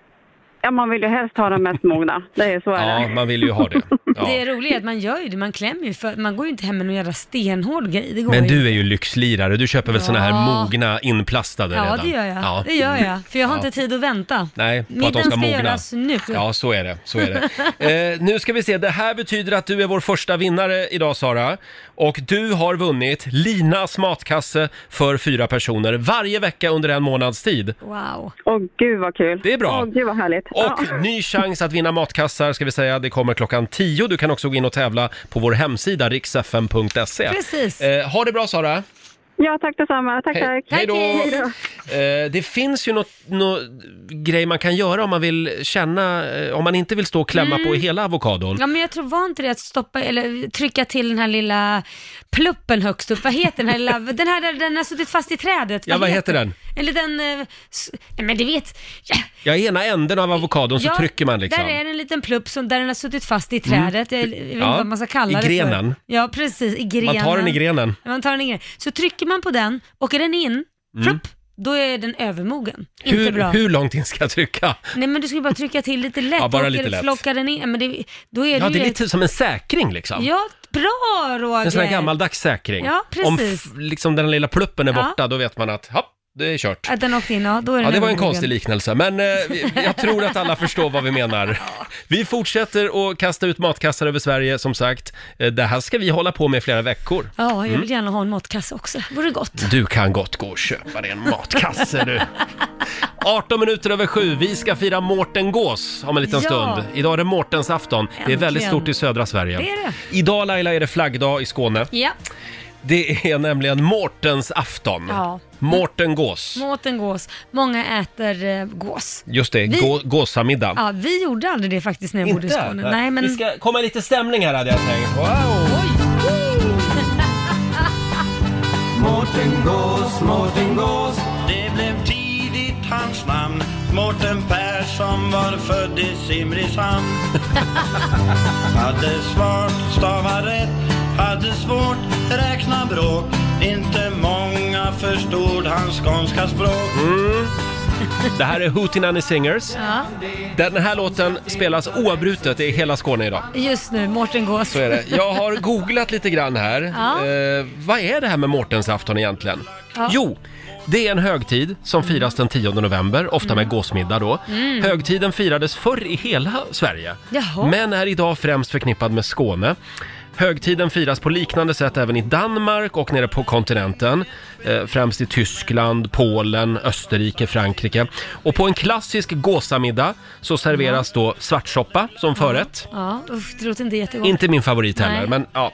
S10: Ja, man vill ju helst ha de mest mogna. Det är så är
S2: Ja,
S10: det.
S2: man vill ju ha det. Ja.
S4: Det roliga är att man gör ju det, man klämmer ju för man går ju inte hem med någon jävla stenhård grej. Det går
S2: Men
S4: ju.
S2: du är ju lyxlirare, du köper väl såna här
S4: Ja.
S2: mogna inplastade
S4: Ja,
S2: redan?
S4: det gör jag.
S2: Ja.
S4: Det gör jag. För jag har inte tid att vänta.
S2: Nej, på att de
S4: Middagen
S2: ska
S4: ska,
S2: mogna.
S4: göras nu.
S2: Ja, så är det. Så är det. Eh, nu ska vi se, det här betyder att du är vår första vinnare idag Sara. Och du har vunnit Linas matkasse för fyra personer varje vecka under en månads tid.
S4: Wow.
S10: Åh, gud vad kul.
S2: Det är bra.
S10: Åh, gud vad härligt. Ja.
S2: Och ny chans att vinna matkassar ska vi säga, det kommer klockan 10. Du kan också gå in och tävla på vår hemsida riksfm.se.
S4: Precis.
S2: Eh, ha det bra Sara!
S10: ja, tack detsamma. Tack,
S2: Hej,
S10: tack.
S2: hej då!
S4: Hej
S2: Eh, det finns ju något, något grej man kan göra om man vill känna, eh, om man inte vill stå och klämma på hela avokadon.
S4: Mm. Ja men jag tror, var inte det att stoppa, eller trycka till den här lilla pluppen högst upp, vad heter den här lilla, den här där den har suttit fast i trädet?
S2: Ja, vad heter den?
S4: en liten... eh, s- Nej men du vet, ja,
S2: Ja, i ena änden av avokadon så
S4: ja,
S2: trycker man liksom.
S4: Där är en liten plupp som där den har suttit fast i
S2: Mm.
S4: trädet. Jag vet inte
S2: Ja,
S4: vad man ska kalla
S2: i
S4: det
S2: grenen.
S4: För. Ja, precis. I grenen.
S2: Man tar den i grenen.
S4: Man tar den i grenen. Så trycker man på den, åker den in,
S2: Mm.
S4: plupp, då är den övermogen.
S2: Hur,
S4: inte bra.
S2: hur långt in ska jag trycka?
S4: Nej men du ska ju bara trycka till lite lätt.
S2: Ja, bara
S4: åker-
S2: lite lätt.
S4: Flockar den in. Men det, då är
S2: Ja,
S4: det
S2: det
S4: ju
S2: är
S4: ett-
S2: lite som en säkring liksom.
S4: Ja, bra Roger!
S2: En sån här gammaldags säkring.
S4: Ja, precis.
S2: Om f- liksom den lilla pluppen är
S4: Ja.
S2: borta, då vet man att, hopp, det är kört.
S4: Att den åkte in, ja då är
S2: Ja, det
S4: den
S2: var en
S4: övermogen.
S2: konstig liknelse, men eh, vi- jag tror att alla förstår vad vi menar. Vi fortsätter att kasta ut matkassar över Sverige, som sagt. Eh, Det här ska vi hålla på med i flera veckor.
S4: Ja, jag
S2: Mm.
S4: vill gärna ha en matkasse också. Vore gott.
S2: Du kan gott gå och köpa dig en matkasse du. 18 minuter över sju, vi ska fira Mårten Gås om en liten
S4: Ja.
S2: stund. Idag är det Mårtensafton. Det är väldigt
S4: Äntligen.
S2: stort i södra Sverige.
S4: Det är det.
S2: Idag Laila är det flaggdag i Skåne.
S4: Ja,
S2: Det är nämligen Mårtensafton.
S4: Ja.
S2: Mårten Gås.
S4: måten gås. Många äter eh, gås.
S2: Just det,
S4: Vi-
S2: gå, gåsamiddag.
S4: Ja, vi gjorde aldrig det faktiskt när jag bodde i
S2: Inte?
S4: Skåne. Nej, men...
S2: Vi ska komma i lite stämning här hade jag tänkt. Wow.
S3: Mårten Gås, Mårten Gås Det blev tidigt hans namn Mårten Persson var född i Simrishamn Hade svart, stavar rätt Hade svårt, räkna bråk Inte många förstod hans skånska språk
S2: Mm. Det här är Hootenanny Singers.
S4: Ja,
S2: Den här låten spelas oavbrutet i hela Skåne idag.
S4: just nu, mårten gås.
S2: Så är det. Jag har googlat lite grann här.
S4: Ja.
S2: Eh, vad är det här med Mårtensafton egentligen?
S4: Ja.
S2: Jo, det är en högtid som firas den 10 november, ofta med gåsmiddag då.
S3: Mm.
S2: Högtiden firades förr i hela Sverige,
S3: Jaha.
S2: men är idag främst förknippad med Skåne. Högtiden firas på liknande sätt även i Danmark och nere på kontinenten. Eh, främst i Tyskland, Polen, Österrike, Frankrike. Och på en klassisk gåsamiddag så serveras då svartsoppa som förrätt.
S4: Ja, usch, det låter inte jättegott.
S2: Inte min favorit
S4: Nej.
S2: heller, men ja.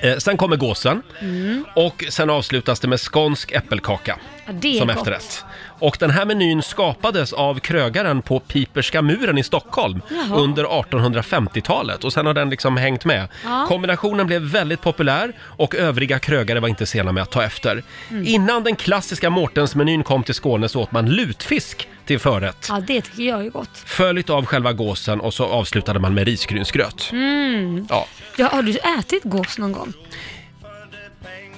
S2: Eh, sen kommer gåsen
S4: Mm.
S2: och sen avslutas det med skånsk äppelkaka
S4: Ja, det är
S2: som
S4: gott.
S2: efterrätt. Och den här menyn skapades av krögaren på Piperska muren i Stockholm
S3: Jaha.
S2: under 1850-talet och sen har den liksom hängt med.
S3: Ja.
S2: Kombinationen blev väldigt populär och övriga krögare var inte sena med att ta efter.
S4: Mm.
S2: Innan den klassiska Mårtensmenyn kom till Skåne så åt man lutfisk till förrätt.
S4: Ja, det tycker jag är gott.
S2: Följt av själva gåsen och så avslutade man med risgrynsgröt.
S4: Mm.
S2: Ja.
S4: Ja, har du ätit gås någon gång?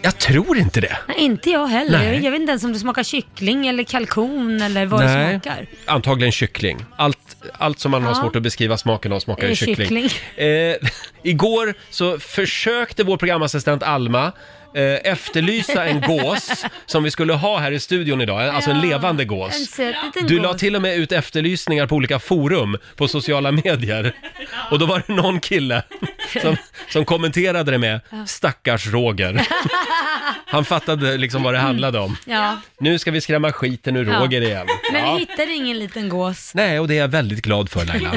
S2: Jag tror inte det.
S4: Nej, inte jag heller.
S2: Nej.
S4: Jag, jag vet inte ens om det smakar kyckling eller kalkon eller vad det smakar.
S2: Antagligen kyckling. Allt, allt som man har
S4: Ja.
S2: svårt att beskriva smaken av smakar
S4: Eh,
S2: ju kyckling.
S4: kyckling.
S2: Eh, igår så försökte vår programassistent Alma eh, efterlysa en gås som vi skulle ha här i studion idag, alltså en levande
S4: En
S2: gås.
S4: söt liten
S2: Du
S4: gås.
S2: la till och med ut efterlysningar på olika forum på sociala medier. Och då var det någon kille som, som kommenterade det med “stackars Roger”. Han fattade liksom vad det handlade om.
S4: Ja.
S2: Nu ska vi skrämma skiten ur
S4: Ja.
S2: Roger igen.
S4: Men
S2: Ja.
S4: vi hittade ingen liten gås.
S2: Nej, och det är jag väldigt glad för Laila.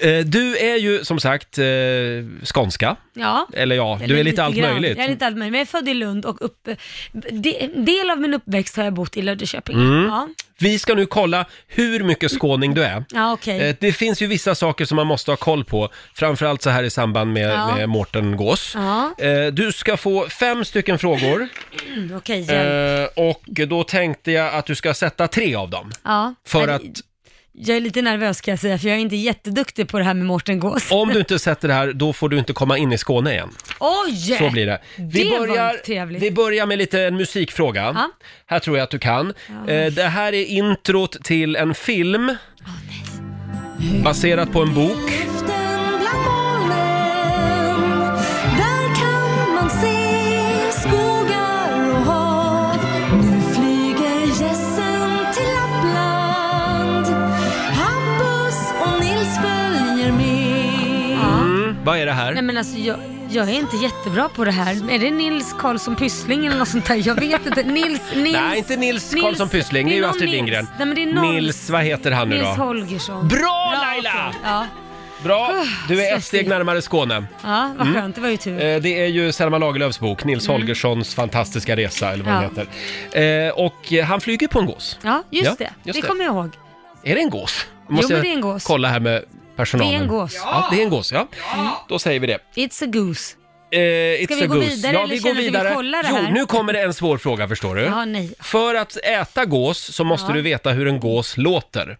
S2: Eh, Du är ju som sagt eh, skånska.
S4: Ja.
S2: Eller ja, du är lite allt
S4: grann.
S2: möjligt.
S4: Jag är lite allt möjligt. Men jag är född i Lund och upp, de, del av min uppväxt har jag bott i Löddeköping.
S2: Mm.
S4: Ja,
S2: Vi ska nu kolla hur mycket skåning du är.
S4: ja okej.
S2: Eh, Det finns ju vissa saker som man måste ha koll på, framförallt så här i samband med,
S4: Ja.
S2: med Mårten Gås.
S4: Ja.
S2: Eh, Du ska få fem stycken frågor
S4: Mm, okej, jag,
S2: eh, och då tänkte jag att du ska sätta tre av dem.
S4: ja.
S2: För
S4: Nej,
S2: att
S4: jag är lite nervös kan jag säga, för jag är inte jätteduktig på det här med Mårten Gås.
S2: om du inte sätter det här, då får du inte komma in i Skåne igen.
S4: Oj!
S2: Så blir det. Vi
S4: det var
S2: börjar-
S4: inte trevligt.
S2: Vi börjar med lite en musikfråga.
S4: Ja.
S2: Här tror jag att du kan.
S4: Ja.
S2: Eh, Det här är introt till en film. Baserat på en bok.
S3: Där kan man se skogar och hav Nu flyger gässen till Lappland Hampus och Nils följer med
S2: Mm. Vad är det här?
S4: Nej men alltså jag, jag är inte jättebra på det här. Är det Nils Karlsson Pyssling eller något sånt där? Jag vet inte. Nils, Nils...
S2: Nej, inte Nils Karlsson Pyssling, det är ju
S4: någon
S2: Astrid
S4: Nils.
S2: Lindgren.
S4: Nej, men det är någon...
S2: Nils, vad heter han nu
S4: Nils
S2: då?
S4: Holgersson.
S2: Bra, Laila!
S4: okej. Ja,
S2: Bra, du är ett steg närmare Skåne.
S4: ja vad
S2: Mm.
S4: skönt. Det var ju tur.
S2: Eh, Det är ju Selma Lagerlöfs bok, Nils
S4: Mm.
S2: Holgerssons fantastiska resa, eller vad den
S4: Ja.
S2: heter. Eh, Och eh, han flyger på en gås.
S4: Ja, just
S2: Ja,
S4: det.
S2: just
S4: det
S2: det.
S4: kommer jag ihåg.
S2: Är det en gås?
S4: Jo, men det är en gås.
S2: kolla här med personalen.
S4: Det är en gås.
S2: Ja, det är en gås, ja. Då säger vi det.
S4: It's a goose.
S2: Eh, it's
S4: Ska vi
S2: a
S4: gå
S2: goose.
S4: vidare
S2: ja,
S4: eller
S2: vi går
S4: känner du vi
S2: vidare.
S4: kollar det
S2: jo,
S4: här?
S2: nu kommer det en svår fråga förstår du.
S4: Jaha, nej.
S2: För att äta gås så måste
S4: Ja.
S2: du veta hur en gås låter.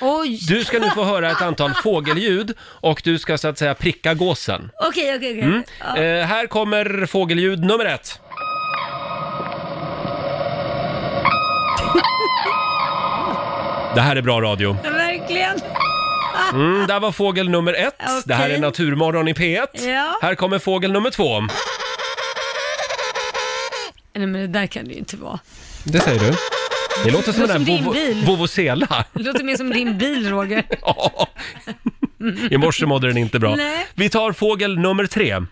S4: Oj!
S2: Du ska nu få höra ett antal fågelljud och du ska så att säga pricka gåsen.
S4: Okej, okej, okej.
S2: Mm.
S4: Ja.
S2: Eh, här kommer fågelljud nummer ett. Det här är bra radio.
S4: Verkligen.
S2: Mm, där var fågel nummer ett. Det här är Naturmorgon i P1.
S4: Ja.
S2: Här kommer fågel nummer två.
S4: Nej men det där kan det ju inte vara.
S2: Det säger du. Det låter som
S4: Det låter
S2: en
S4: som din bil.
S2: vovvozela.
S4: Det låter mer som din bil Roger.
S2: I morse mådde den inte bra.
S4: Nej.
S2: Vi tar fågel nummer tre. Mm.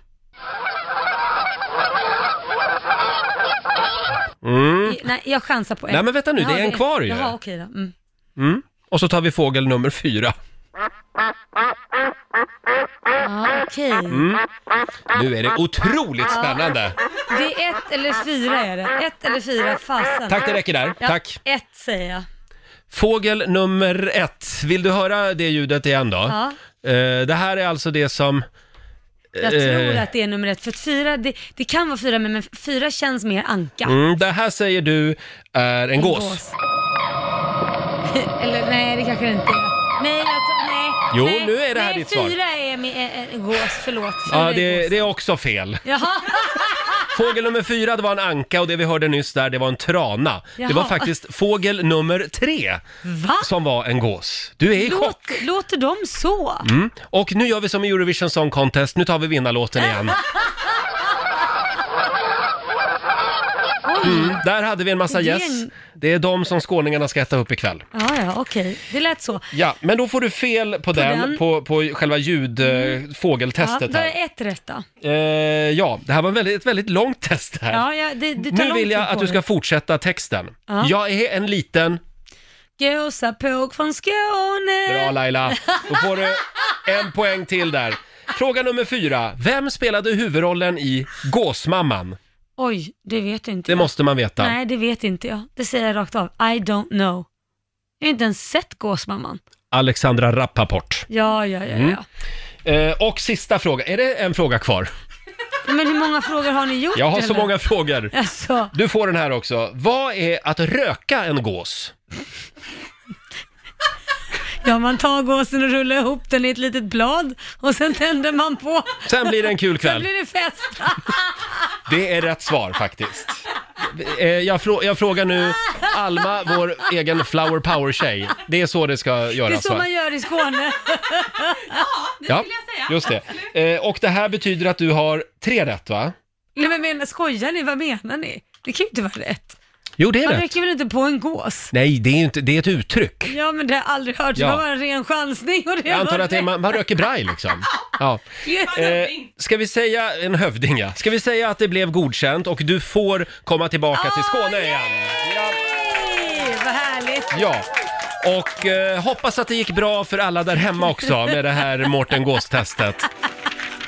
S4: Nej, jag chansar på en.
S2: Nej, men vänta nu, det är en kvar ju.
S4: Jaha, okej då. Mm.
S2: Mm. Och så tar vi fågel nummer fyra.
S4: Ja, okej.
S2: Mm. Nu är det otroligt spännande.
S4: Det är ett eller fyra är det. Ett eller fyra, fasen.
S2: Tack, det räcker där.
S4: Ja,
S2: Tack.
S4: Ett säger jag.
S2: Fågel nummer ett. Vill du höra det ljudet igen då?
S4: Ja.
S2: Eh, det här är alltså det som... Eh.
S4: Jag tror att det är nummer ett. För att fyra, det, det kan vara fyra, men, men fyra känns mer anka.
S2: Mm, det här säger du är en gås.
S4: eller nej, det kanske det inte är. Nej, jag tar, nej.
S2: Jo,
S4: nej,
S2: nu är det här
S4: nej,
S2: ditt svar.
S4: fyra är med, är, är, gås, förlåt. Fyra
S2: Ja,
S4: är
S2: det,
S4: gås.
S2: det är också fel.
S4: Jaha.
S2: Fågel nummer fyra, det var en anka och det vi hörde nyss där, det var en trana. Det var
S4: Jaha.
S2: faktiskt fågel nummer tre
S4: Va?
S2: som var en gås. Du är i chock!
S4: Låt, låter de så?
S2: Mm. Och nu gör vi som i Eurovision Song Contest, nu tar vi vinnarlåten igen.
S4: Oj.
S2: Mm. Där hade vi en massa
S4: Det är
S2: gäss.
S4: en-
S2: Det är de som skåningarna ska äta upp ikväll.
S4: Ja, ja, okej. Det lät så.
S2: Ja, men då får du fel på, den,
S4: den. Mm.
S2: På, på själva ljud, eh,
S4: Ja,
S2: fågeltestet
S4: då är
S2: här.
S4: ett rätt då.
S2: Eh, ja, det här var en väldigt, ett väldigt långt test här.
S4: Ja, ja, det, du tar
S2: nu
S4: lång
S2: vill jag
S4: tid
S2: att
S4: på
S2: du ska
S4: dig.
S2: fortsätta texten.
S4: Ja.
S2: Jag är en liten...
S4: Gåsapåg från Skåne.
S2: Bra Laila! Då får du en poäng till där. Fråga nummer fyra. Vem spelade huvudrollen i Gåsmamman?
S4: Oj, det vet inte
S2: Det
S4: jag.
S2: måste man veta.
S4: Nej, det vet inte jag. Det säger jag rakt av. I don't know. Jag har inte ens sett Gåsmamman.
S2: Alexandra Rappaport.
S4: Ja, ja, ja.
S2: Mm.
S4: ja.
S2: Eh, och sista fråga. Är det en fråga kvar?
S4: Men hur många frågor har ni gjort?
S2: Jag har så
S4: eller?
S2: många frågor.
S4: Alltså,
S2: Du får den här också. Vad är att röka en gås?
S4: ja, man tar gåsen och rullar ihop den i ett litet blad och sen tänder man på.
S2: Sen blir det en kul
S4: Sen
S2: kväll.
S4: blir det fest.
S2: Det är rätt svar faktiskt. Eh, jag, frå- jag frågar nu Alma, vår egen flower power-tjej. Det är så det ska göras
S4: Det är så
S2: va?
S4: man gör i Skåne.
S2: Ja, just det. Eh, och det här betyder att du har tre rätt va?
S4: Nej men menar, skojar ni? Vad menar ni? Det kan ju inte vara rätt.
S2: Jo, det är
S4: Man
S2: rätt.
S4: räcker väl inte på en gås?
S2: Nej, det är, ju inte, det är ett uttryck.
S4: Ja men det har jag aldrig hört,
S2: Ja.
S4: det var bara en ren chansning och det
S2: Jag antar
S4: var
S2: att det är, man, man röker braj liksom. Ja.
S4: rätt.
S2: Eh, ska vi säga, en hövding ja. Ska vi säga att det blev godkänt och du får komma tillbaka till
S4: Ah,
S2: Skåne igen.
S4: Yay, Vad härligt!
S2: Ja. Och eh, hoppas att det gick bra för alla där hemma också med det här Mårten Gås-testet.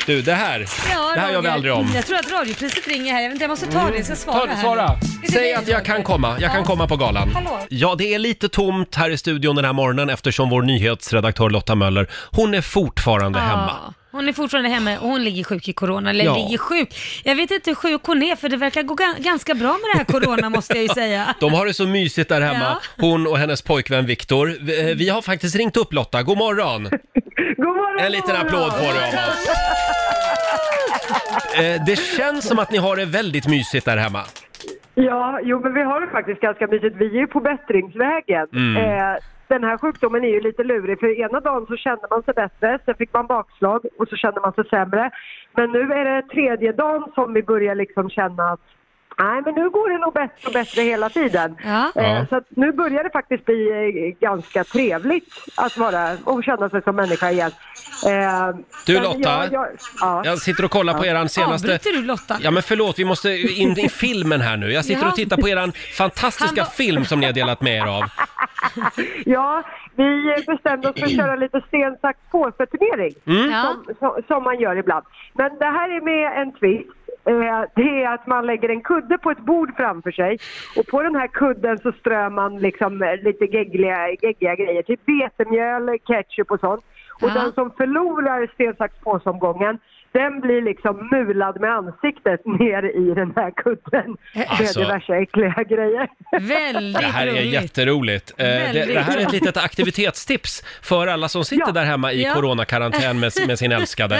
S2: Du, det här,
S4: Ja,
S2: det här gör vi
S4: Roger.
S2: aldrig om. Mm.
S4: Jag tror att radiopriset ringer här, jag vet inte, jag måste ta det, jag ska svara
S2: Ta det,
S4: här
S2: Sara.
S4: nu. Det är till
S2: Säg
S4: dig,
S2: att jag
S4: Roger.
S2: kan komma. Jag kan
S4: Ja.
S2: komma på galan.
S4: Hallå.
S2: Ja, det är lite tomt här i studion den här morgonen eftersom vår nyhetsredaktör Lotta Möller, hon är fortfarande hemma.
S4: Ja, hon är fortfarande hemma och hon ligger sjuk i corona, eller
S2: Ja.
S4: ligger sjuk. Jag vet inte hur sjuk hon är för det verkar gå ga- ganska bra med det här corona måste jag ju säga.
S2: De har det så mysigt där hemma, hon och hennes pojkvän Viktor. Vi, eh, vi har faktiskt ringt upp Lotta, god morgon!
S10: God morgon,
S2: En liten applåd får du av oss. Eh, Det känns som att ni har det väldigt mysigt där hemma.
S10: Ja, jo men vi har det faktiskt ganska mysigt. Vi är ju på bättringsvägen.
S2: Mm.
S10: Eh, den här sjukdomen är ju lite lurig för ena dagen så kände man sig bättre, sen fick man bakslag och så kände man sig sämre. Men nu är det tredje dagen som vi börjar liksom känna att Nej, men nu går det nog bättre och bättre hela tiden.
S4: Ja.
S10: Eh,
S2: Ja.
S10: så att nu börjar det faktiskt bli eh, ganska trevligt att vara och känna sig som människa igen. Eh,
S2: Du,
S10: men
S2: Lotta,
S10: jag- jag- ja.
S2: Jag sitter och kollar på eran senaste...
S4: Avbryter du Lotta?
S2: Ja men förlåt, vi måste in i filmen här nu. Jag sitter
S4: Ja.
S2: och tittar på eran fantastiska
S4: Han var-
S2: film som ni har delat med er av.
S10: Ja, vi eh, bestämde oss för att köra lite sten, sax, påse-turnering.
S2: Mm.
S4: Ja.
S10: Som, som, som man gör ibland. Men det här är med en twist. Eh, det är att man lägger en kudde på ett bord framför sig och på den här kudden så strör man liksom eh, lite geggliga, geggiga grejer, typ vetemjöl, ketchup och sånt. Och
S4: Ja.
S10: den som förlorar sten, sax, påse-omgången den blir liksom mulad med ansiktet ner i den här kudden
S2: Alltså.
S10: med diverse äckliga grejer.
S4: Väldigt
S2: Det här är jätteroligt. Eh, Det,
S10: Väldigt
S2: det här är ett
S10: roligt.
S2: litet aktivitetstips för alla som sitter där hemma i
S4: Ja.
S2: coronakarantän med, med sin älskade.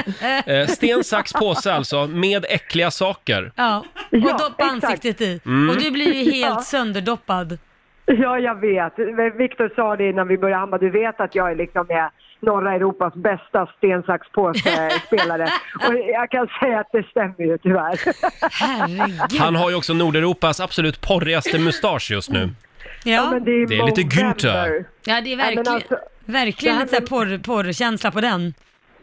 S2: Eh, Sten, sax, påse alltså, med äckliga saker.
S4: Ja, och doppa ansiktet i.
S2: Mm.
S4: Och du blir ju helt
S10: Ja.
S4: sönderdoppad.
S10: Ja, jag vet. Men Victor sa det innan vi började. Han bara, du vet att jag är liksom är norra Europas bästa sten, sax, påse spelare. Och jag kan säga att det stämmer ju tyvärr.
S4: Herregud.
S2: Han har ju också Nordeuropas absolut porrigaste mustasch just nu.
S4: Ja.
S10: men det, är
S2: Det är lite eh. Günther.
S4: Ja, det
S10: Ja,
S4: är
S10: men
S4: verkligen,
S10: alltså,
S4: verkligen lite så här porr, porrkänsla på den.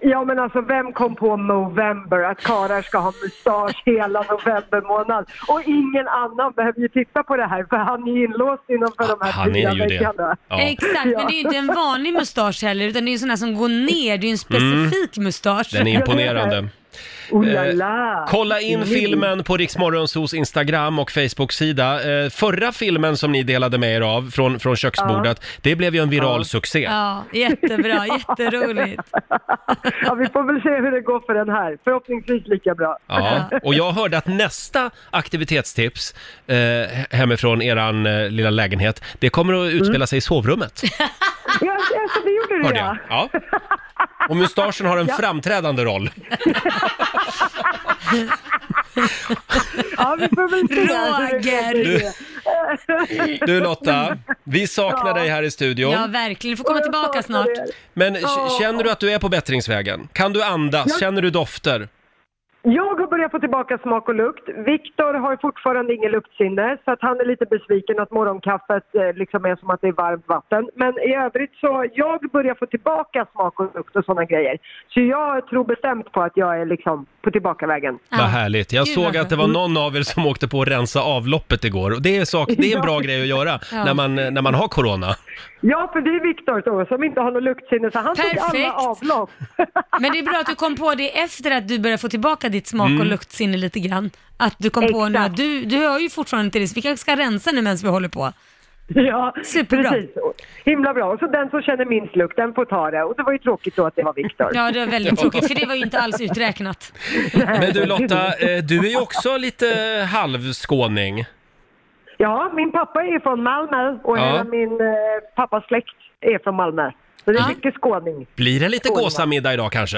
S10: Ja men alltså vem kom på Movember, att karlar ska ha mustasch hela november månad? Och ingen annan behöver ju titta på det här för han är inlåst innanför de här
S2: Han är
S10: fyra
S2: ju det.
S10: väggarna.
S4: Exakt, men det är ju inte en vanlig mustasch heller, utan det är ju en sån här som går ner. Det är ju en specifik mustasch.
S2: Mm. Den är imponerande.
S10: Oh la
S2: Eh,
S10: la.
S2: Kolla in
S10: Mm.
S2: filmen på Riksmorgonsos Instagram och Facebook-sida. Eh, förra filmen som ni delade med er av från, från köksbordet, det blev ju en viral succé.
S4: Ja, jättebra, jätteroligt.
S10: Ja vi får väl se hur det går för den här, förhoppningsvis lika bra.
S2: Ja, och jag hörde att nästa aktivitetstips eh, hemifrån eran eh, lilla lägenhet, det kommer att utspela sig i sovrummet.
S10: Mm. Ja, alltså, det gjorde du
S2: Hörde
S10: ja.
S2: jag. Ja. Och mustaschen har en framträdande roll.
S10: Ja, vi får väl se här hur det går
S4: Roger!
S10: för
S2: Du-
S10: det.
S2: Du Lotta, vi saknar dig här i studion.
S4: Ja, verkligen. Du får komma
S10: Jag
S4: tillbaka
S10: saknar
S4: snart.
S10: er.
S2: Men k- känner du att du är på bättringsvägen? Kan du andas? Känner du dofter?
S10: Jag har börjat få tillbaka smak och lukt. Viktor har fortfarande ingen luktsinne så att han är lite besviken att morgonkaffet eh, liksom är som att det är varmt vatten. Men i övrigt så jag börjar få tillbaka smak och lukt och sådana grejer. Så jag tror bestämt på att jag är liksom på tillbakavägen.
S2: Vad härligt. Jag
S4: Gud,
S2: såg
S4: vad
S2: att det var någon av er som åkte på att rensa avloppet igår. Och Det är, sak, det är en bra grej att göra
S4: Ja.
S2: när, man, när man har corona.
S10: Ja, för det är Viktor då som inte har något luktsinne så han tog alla
S4: Perfekt.
S10: avlopp.
S4: Men det är bra att du kom på det efter att du började få tillbaka ditt smak
S2: Mm.
S4: och luktsinne lite grann. Att du kom på nu
S10: Exakt.
S4: att du, du hör ju fortfarande inte det, så vi kanske ska rensa nu medan vi håller på.
S10: ja,
S4: Superbra.
S10: precis. Himla bra. Och så den som känner minst lukt, den får ta det. Och det var ju tråkigt då att det var Viktor.
S4: Ja, det var väldigt tråkigt, för det var ju inte alls uträknat.
S2: Men du Lotta, eh, du är ju också lite halvskåning.
S10: Ja, min pappa är från Malmö och
S2: Ja.
S10: hela min eh, pappas släkt är från Malmö. Så det är
S4: Ja.
S10: mycket skåning.
S2: Blir det lite
S10: Skåning, va?
S2: gåsamiddag idag kanske?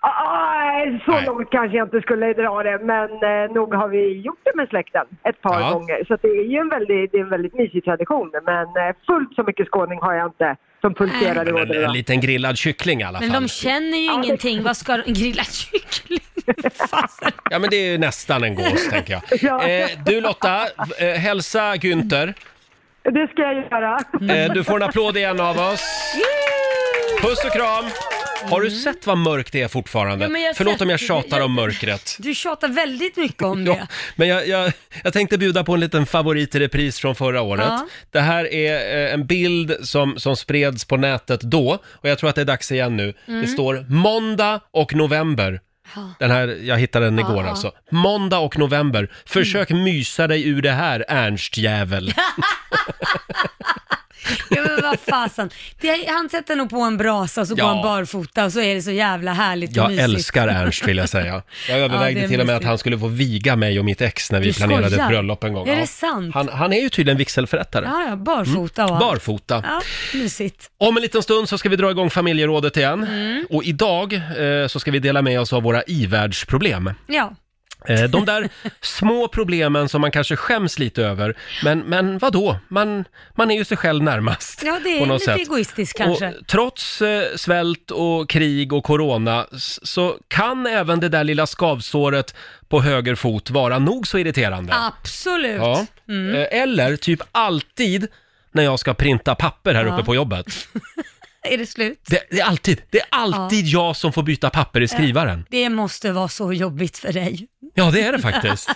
S10: Ah, så
S2: Nej.
S10: långt kanske jag inte skulle dra det, men eh, nog har vi gjort det med släkten ett par
S2: Ja.
S10: gånger. Så att det är ju en väldigt, det är en väldigt mysig tradition, men eh, fullt så mycket skåning har jag inte som pulserar i
S2: Men en, en
S10: ådrorna.
S2: liten grillad kyckling i alla
S4: Men
S2: fall.
S4: de känner ju ingenting. Vad ska de... Grilla kyckling? Fasen.
S2: Ja men det är ju nästan en gås tänker jag.
S10: Ja.
S2: Eh, du Lotta, eh, hälsa Günther.
S10: Det ska jag göra.
S4: Mm.
S2: Eh, du får en applåd igen av oss. Puss och kram! Har du sett vad mörkt det är fortfarande?
S4: Ja, men jag har
S2: Förlåt
S4: sett
S2: om jag
S4: det.
S2: tjatar om mörkret.
S4: Du tjatar väldigt mycket om
S2: Ja,
S4: det.
S2: men jag, jag, jag tänkte bjuda på en liten favorit i repris från förra året.
S4: Ja.
S2: Det här är eh, en bild som, som spreds på nätet då och jag tror att det är dags igen nu.
S4: Mm.
S2: Det står måndag och november. Den här, jag hittade den igår
S4: ja. Mm.
S2: alltså. Måndag och november. Försök mysa dig ur det här, Ernst-jävel.
S4: Ja, men vad fasen. Det, han sätter nog på en brasa och så
S2: Ja.
S4: går han barfota och så är det så jävla härligt och
S2: Jag
S4: mysigt.
S2: älskar Ernst vill jag säga. Jag övervägde
S4: det är
S2: till och med att
S4: mysigt.
S2: han skulle få viga mig och mitt ex när vi
S4: Du
S2: planerade ett
S4: skojar.
S2: bröllop en gång.
S4: Är
S2: Ja.
S4: det sant?
S2: Han, han är ju tydligen vigselförrättare.
S4: Ja, ja, barfota
S2: Mm.
S4: och allt.
S2: Barfota.
S4: Ja, mysigt.
S2: Om en liten stund så ska vi dra igång familjerådet igen.
S4: Mm.
S2: Och idag eh, så ska vi dela med oss av våra ivärldsproblem.
S4: Ja.
S2: Eh, de där små problemen som man kanske skäms lite över. Men, men vadå? Man, man är ju sig själv närmast.
S4: ja, det
S2: på
S4: är
S2: något
S4: lite
S2: sätt.
S4: egoistiskt kanske.
S2: Och trots eh, svält och krig och corona s- så kan även det där lilla skavsåret på höger fot vara nog så irriterande.
S4: Absolut. Mm.
S2: Ja. Eh, Eller typ alltid när jag ska printa papper här
S4: Ja.
S2: uppe på jobbet.
S4: Är det slut?
S2: Det, det är alltid, det är alltid jag som får byta papper i skrivaren.
S4: Det måste vara så jobbigt för dig.
S2: Ja, det är det faktiskt.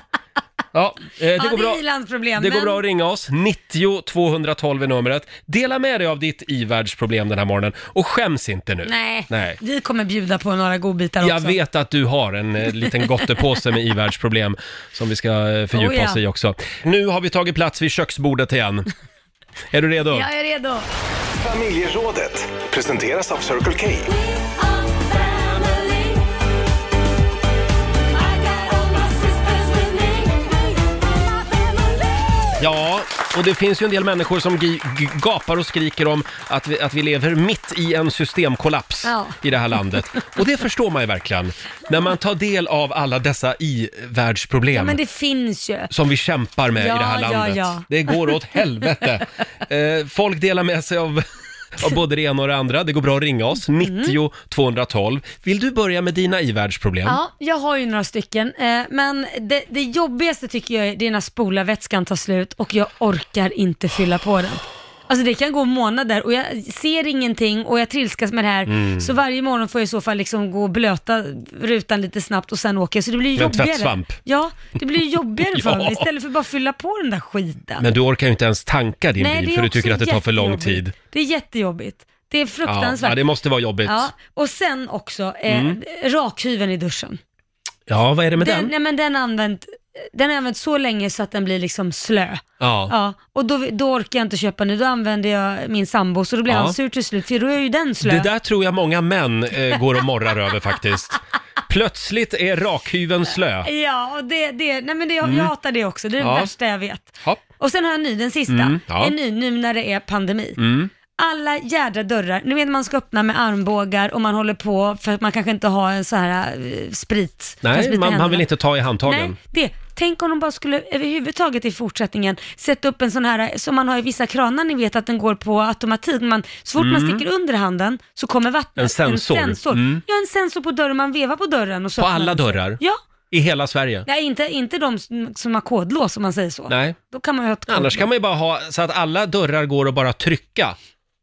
S2: Ja, eh, det,
S4: ja,
S2: går
S4: det
S2: bra,
S4: är Ilands-problem.
S2: det går
S4: men-
S2: bra att ringa oss, 90 212 är numret. Dela med dig av ditt ivärldsproblem den här morgonen och skäms inte nu.
S4: Nej.
S2: Nej.
S4: vi kommer bjuda på några godbitar
S2: Jag
S4: också.
S2: vet att du har en eh, liten gottepåse med ivärldsproblem som vi ska eh, fördjupa
S4: Oh, ja.
S2: oss i också. Nu har vi tagit plats vid köksbordet igen. Är du redo?
S4: Jag är redo.
S5: Familjerådet presenteras av Circle K.
S2: Ja, och det finns ju en del människor som gi- g- gapar och skriker om att vi, att vi lever mitt i en systemkollaps
S4: Ja.
S2: i det här landet. Och det förstår man ju verkligen, när man tar del av alla dessa
S4: Ja,
S2: i-världsproblem.
S4: men det finns ju.
S2: som vi kämpar med
S4: Ja,
S2: i det här
S4: ja,
S2: landet.
S4: ja.
S2: Det går åt helvete. Eh, folk delar med sig av, av både det ena och det andra. Det går bra att ringa oss,
S4: Mm.
S2: 90 212. Vill du börja med dina i-världsproblem?
S4: Ja, jag har ju några stycken. Eh, men det, det jobbigaste tycker jag är, det är när spolarvätskan tar slut och jag orkar inte fylla på den. Alltså det kan gå månader och jag ser ingenting och jag trilskas med det här.
S2: Mm.
S4: Så varje morgon får jag i så fall liksom gå och blöta rutan lite snabbt och sen åker jag. Så det blir ju
S2: Med en
S4: jobbigare.
S2: tvättsvamp.
S4: Ja, det blir ju jobbigare för
S2: Ja.
S4: mig istället för att bara fylla på den där skiten.
S2: Men du orkar ju inte ens tanka din
S4: Nej, det
S2: bil
S4: är
S2: för du
S4: också
S2: tycker att det tar för lång
S4: jättejobbigt.
S2: tid.
S4: Det är jättejobbigt. Det är
S2: Ja,
S4: fruktansvärt.
S2: ja, det måste vara jobbigt.
S4: Ja,
S2: Ja,
S4: och sen också eh,
S2: Mm.
S4: rakhyveln i duschen.
S2: vad är det med den?
S4: Nej, men den har använt, den har jag använt så länge så att den blir liksom slö.
S2: Ja.
S4: ja och då, då orkar jag inte köpa ny, då använder jag min sambo så då blir
S2: Ja.
S4: han sur till slut för då är ju den slö.
S2: Det där tror jag många män eh, går och morrar över faktiskt. Plötsligt är rakhyveln slö.
S4: Ja, och det, det, nej men det, jag,
S2: Mm.
S4: jag hatar det också, det är det
S2: Ja.
S4: värsta jag vet.
S2: Ja.
S4: Och sen har jag en ny, den sista.
S2: Mm, ja.
S4: En ny nu när det är pandemi.
S2: Mm.
S4: Alla jädra dörrar, nu vet man ska öppna med armbågar och man håller på för att man kanske inte har en så här eh, sprit. kan
S2: Nej,
S4: sprita
S2: man, man
S4: händerna.
S2: vill inte ta i handtagen.
S4: Nej, det. Tänk om de bara skulle överhuvudtaget i fortsättningen sätta upp en sån här, som man har i vissa kranar, ni vet att den går på automatik. Man, så fort man
S2: Mm.
S4: sticker under handen så kommer vattnet.
S2: En sensor.
S4: En sensor.
S2: Mm.
S4: Ja, en sensor på dörren, man vevar på dörren och så
S2: På
S4: öppnar
S2: alla
S4: den sig.
S2: dörrar?
S4: Ja.
S2: I hela Sverige?
S4: Nej, inte, inte de som- som har kodlås om man säger så.
S2: Nej.
S4: Då kan man ju ha ett kodlås.
S2: Annars kan man ju bara ha så att alla dörrar går att bara trycka.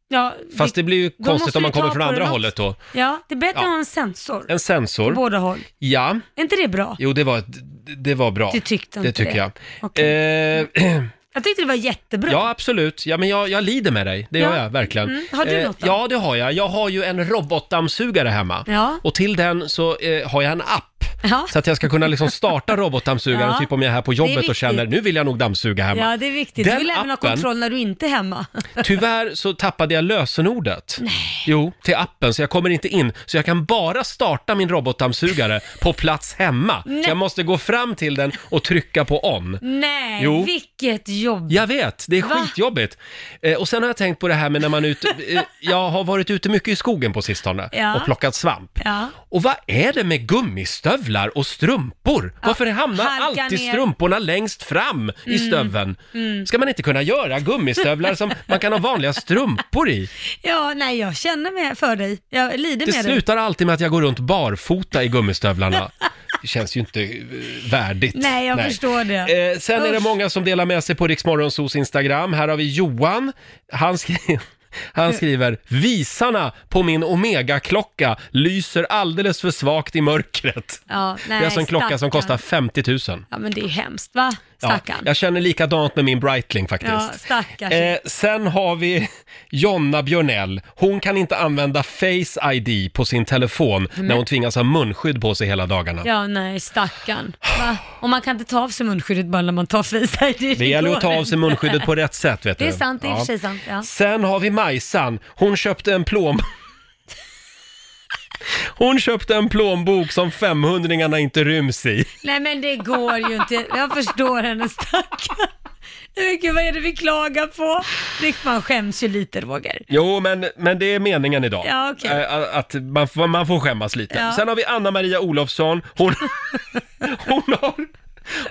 S4: Ja,
S2: Fast det blir ju
S4: då
S2: konstigt
S4: måste
S2: om
S4: du
S2: man kommer
S4: ta
S2: från
S4: på
S2: andra
S4: den
S2: hållet då.
S4: ja, det är bättre
S2: Ja.
S4: att ha en sensor.
S2: En
S4: På
S2: sensor.
S4: båda håll.
S2: Ja,
S4: Är inte det bra?
S2: jo det var, det- det var bra.
S4: Du tyckte
S2: det
S4: inte
S2: tycker
S4: det.
S2: jag.
S4: Okej.
S2: Eh,
S4: Jag tyckte det var jättebra.
S2: ja, absolut. Ja, men jag, jag lider med dig. Det
S4: Ja.
S2: gör jag verkligen. Eh,
S4: Mm. Har du något då?
S2: Ja, det har jag. Jag har ju en robotdammsugare hemma.
S4: Ja.
S2: Och till den så eh, har jag en app.
S4: Ja.
S2: Så att jag ska kunna liksom starta robotdammsugaren,
S4: Ja.
S2: typ om jag är här på
S4: Det är
S2: jobbet och
S4: viktigt.
S2: känner nu vill jag nog dammsuga hemma.
S4: Ja, det är viktigt.
S2: Den
S4: du vill även ha
S2: appen-
S4: kontroll när du inte är hemma.
S2: Tyvärr så tappade jag lösenordet. Jo, till appen, så jag kommer inte in. Så jag kan bara starta min robotdammsugare på plats hemma.
S4: Nej.
S2: Så jag måste gå fram till den och trycka på on.
S4: Nej,
S2: Jo.
S4: vilket jobb.
S2: Jag vet, det är
S4: Va?
S2: skitjobbigt. Eh, och sen har jag tänkt på det här med när man är ute, eh, jag har varit ute mycket i skogen på sistone
S4: Ja.
S2: och plockat svamp.
S4: Ja.
S2: Och vad är det med gummistövlar och strumpor? Varför hamnar
S4: halka
S2: alltid
S4: ner.
S2: strumporna längst fram i
S4: Mm.
S2: stöveln?
S4: Mm.
S2: Ska man inte kunna göra gummistövlar som man kan ha vanliga strumpor i?
S4: Ja, nej jag känner med för dig. Jag lider
S2: Det
S4: med
S2: slutar alltid med att jag går runt barfota i gummistövlarna. Det känns ju inte eh, värdigt.
S4: dig. Nej, jag förstår det.
S2: Eh, sen är det
S4: Usch.
S2: många som delar med sig på Riksmorgonsos Instagram. Här har vi Johan. Han, skri- han
S4: Mm.
S2: skriver “Visarna på min Omega-klocka lyser alldeles för svagt i mörkret”.
S4: Ja, nej,
S2: det är alltså en klocka som
S4: stackarn.
S2: kostar 50 000.
S4: Ja, men det är ju hemskt, va?
S2: Ja,
S4: Stackarn. Ja,
S2: jag känner likadant med min Breitling faktiskt.
S4: stackars.
S2: Eh, sen har vi Jonna Björnell. Hon kan inte använda Face ID på sin telefon när hon tvingas ha munskydd på sig hela dagarna.
S4: Ja, nej, stackarn. Va? Och man kan inte ta av sig munskyddet bara när man tar Face ID.
S2: Det gäller att ta
S4: går
S2: av sig munskyddet på rätt sätt, vet du.
S4: Det är sant, det är i och
S2: Ja.
S4: för sig sant. Ja.
S2: Sen har vi Majsan. Hon köpte en plån... Hon köpte en plånbok som 500 inte ryms i.
S4: Nej, men det går ju inte. Jag förstår henne, stackarn. Nej, men Gud, vad är det vi klagar på? Det- Man skäms ju lite, Roger.
S2: Jo, men, men det är meningen idag.
S4: Ja, okej.
S2: Eh, Att man, får- man får skämmas lite.
S4: Ja.
S2: Sen har vi Anna-Maria Olofsson. Hon, hon, har,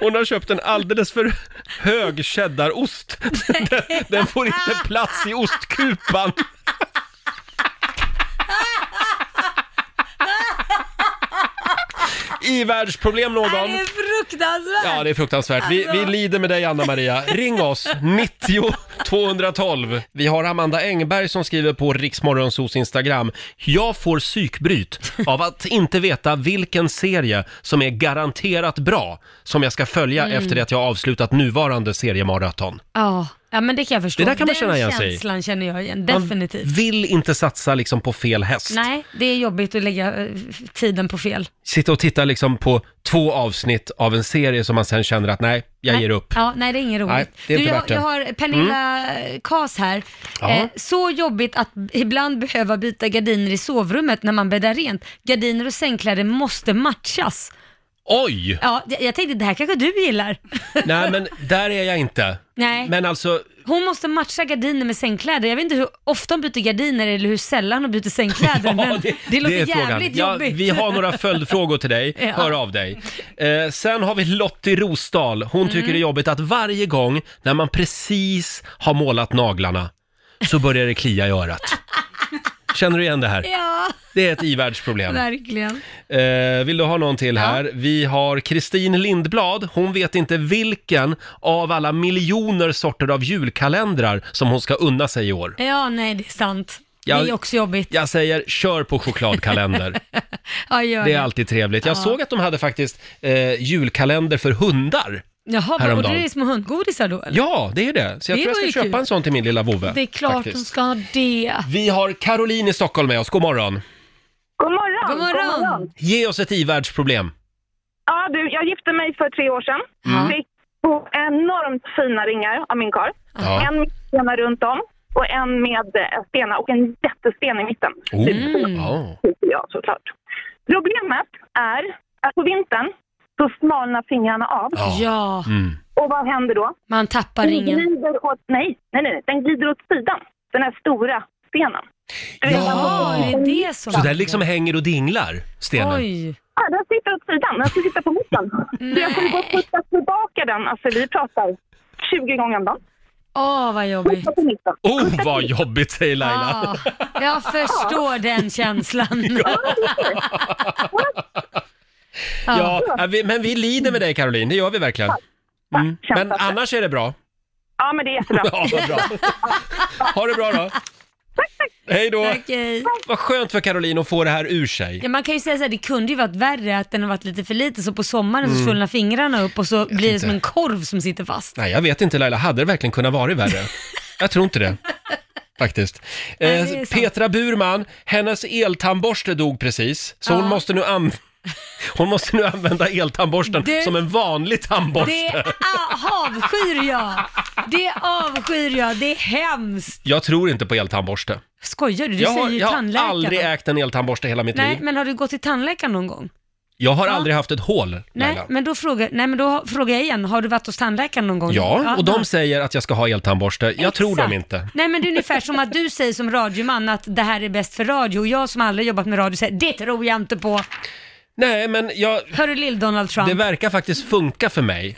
S2: hon har köpt en alldeles för hög cheddarost. Den, den får inte plats i ostkupan. I-världsproblem
S4: Nej,
S2: någon.
S4: det är fruktansvärt.
S2: Ja, det är fruktansvärt. Vi,
S4: Alltså.
S2: vi lider med dig, Anna-Maria. Ring oss, 90 212. Vi har Amanda Engberg som skriver på Riksmorgonsos Instagram. Jag får psykbryt av att inte veta vilken serie som är garanterat bra som jag ska följa
S4: Mm.
S2: efter det att jag har avslutat nuvarande seriemaraton.
S4: Ja, ja men det kan jag förstå.
S2: Det där kan man
S4: Den
S2: känna igen sig i.
S4: känslan känner jag igen,
S2: Man
S4: definitivt.
S2: vill inte satsa liksom på fel häst.
S4: Nej, det är jobbigt att lägga eh, tiden på fel.
S2: Sitta och titta liksom på två avsnitt av en serie som man sen känner att nej, jag
S4: nej.
S2: ger upp.
S4: Ja, nej, det är inget roligt.
S2: Nej, det är
S4: du,
S2: inte
S4: jag,
S2: värt det. Mm.
S4: jag har Pernilla Kas här.
S2: Ja.
S4: Eh, så jobbigt att ibland behöva byta gardiner i sovrummet när man bäddar rent. Gardiner och sängkläder måste matchas.
S2: Oj!
S4: Ja, jag jag tänkte det här kanske du gillar.
S2: Nej, men där är jag inte.
S4: Nej.
S2: Men alltså,
S4: Hon måste matcha gardiner med sängkläder. Jag vet inte hur ofta hon byter gardiner eller hur sällan hon byter sängkläder. men det, låter
S2: är frågan.
S4: jävligt
S2: Ja,
S4: jobbigt.
S2: Vi har några följdfrågor till dig.
S4: Ja.
S2: Hör av dig. Eh, sen har vi Lottie Rosdahl. Hon
S4: Mm.
S2: tycker det är jobbigt att varje gång när man precis har målat naglarna så börjar det klia i örat. Känner du igen det här?
S4: Ja,
S2: Det är ett ivärldsproblem.
S4: verkligen.
S2: Eh, vill du ha någon till här? Vi har Kristin Lindblad. Hon vet inte vilken av alla miljoner sorter av julkalendrar som hon ska unna sig i år.
S4: Ja, nej det är sant.
S2: Jag-
S4: Det är också jobbigt.
S2: Jag säger, kör på chokladkalender.
S4: Ja, gör
S2: Det är alltid trevligt. Jag
S4: Ja.
S2: såg att de hade faktiskt eh, julkalender för hundar.
S4: Jaha, och det
S2: häromdagen.
S4: är små hundgodisar då eller?
S2: Ja, det är det. Så jag
S4: Det
S2: tror
S4: var
S2: jag
S4: ju
S2: ska köpa
S4: kul.
S2: en sån till min lilla vovve.
S4: Det är klart
S2: faktiskt.
S4: de ska ha det.
S2: Vi har Caroline i Stockholm med oss. God morgon.
S11: God morgon!
S4: God morgon.
S2: Ge oss ett ivärldsproblem.
S11: Ja, du, jag gifte mig för tre år sedan.
S2: Mm.
S11: Fick två enormt fina ringar av min karl.
S8: Ah.
S2: Ja.
S11: En med stenar runt om och en med eh, stenar och en jättesten i mitten.
S2: Oh.
S11: Typ så,
S2: Ja.
S11: tycker jag såklart. Problemet är att på vintern så smalnar fingrarna av.
S4: Ja.
S2: Mm.
S11: Och vad händer då?
S4: Man tappar
S11: Den
S4: ringen.
S11: Glider åt, nej, nej, nej, nej, den glider åt sidan. Den här stora stenen. Du vet,
S4: Ja,
S11: den-
S4: det är det som
S2: Så där liksom hänger och dinglar, stenen.
S4: Oj.
S11: Ja, den sitter åt sidan. Den ska sitta på mitten. Så jag kommer gå och putta tillbaka den. Alltså vi pratar 20 gånger om dagen.
S4: Åh, vad jobbigt.
S11: Putta på mitten.
S2: Oh, vad jobbigt, säger Laila.
S4: Ja, jag förstår den känslan.
S2: Ja, ja, vi- men vi lider med dig, Caroline. Det gör vi verkligen. Mm.
S11: Kämpa
S2: Men
S11: för det.
S2: annars är det bra.
S11: Ja, men det är jättebra.
S2: Ja, vad bra. Ha det bra då. Hej då.
S4: Tack, hej.
S2: Vad skönt för Caroline att få det här ur sig.
S4: Ja, man kan ju säga så här, det kunde ju varit värre att den har varit lite för liten så på sommaren
S2: Mm.
S4: så svullnar fingrarna upp och så blir det som en korv som sitter fast.
S2: Nej, jag vet inte Laila. Hade det verkligen kunnat vara värre? Jag tror inte det. Faktiskt.
S4: Nej,
S2: Eh,
S4: det är sant.
S2: Petra Burman, hennes eltandborste dog precis, så hon
S4: Ja.
S2: måste nu an- Hon måste nu använda eltandborsten
S4: Du-
S2: som en vanlig tandborste.
S4: Det ah, avskyr jag! Det avskyr jag, det är hemskt!
S2: Jag tror inte på eltandborste.
S4: Skojar du? Du
S2: jag har,
S4: säger ju
S2: jag har
S4: tandläkaren.
S2: aldrig ägt en eltandborste i hela mitt
S4: Nej,
S2: liv.
S4: men har du gått till tandläkaren någon gång?
S2: Jag har
S4: Ja.
S2: aldrig haft ett hål,
S4: Nej,
S2: Laila.
S4: men då frågar, nej, men då frågar jag igen, har du varit hos tandläkaren någon gång?
S2: Ja, och de
S4: då-
S2: säger att jag ska ha eltandborste. Jag tror dem
S4: Exakt.
S2: inte.
S4: Nej men det är ungefär som att du säger som radioman att det här är bäst för radio och jag som aldrig jobbat med radio säger det tror jag inte på.
S2: Nej, men jag...
S4: Hör du lill-Donald Trump?
S2: Det verkar faktiskt funka för mig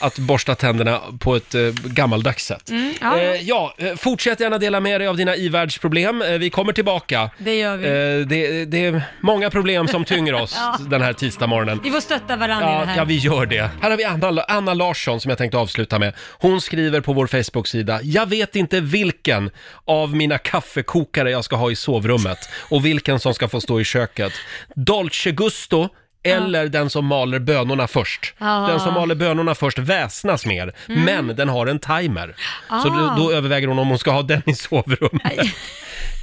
S2: att borsta tänderna på ett eh, gammaldags sätt.
S4: Mm, ja, ja.
S2: Eh, ja, eh, fortsätt gärna dela med dig av dina ivärldsproblem. Eh, vi kommer tillbaka.
S4: Det gör vi.
S2: Eh, det, det är många problem som tynger oss
S4: Ja.
S2: den här tisdagsmorgonen.
S4: Vi får stötta varandra i det
S2: Ja,
S4: här.
S2: ja, vi gör det. Här har vi Anna, Anna Larsson som jag tänkte avsluta med. Hon skriver på vår Facebook-sida. Jag vet inte vilken av mina kaffekokare jag ska ha i sovrummet och vilken som ska få stå i köket. Dolce Gusto eller den som maler bönorna först.
S4: Ja. Mm.
S2: Den som maler bönorna först väsnas mer, men den har en timer. Så då,
S4: Ah.
S2: då överväger hon om hon ska ha den i sovrummet.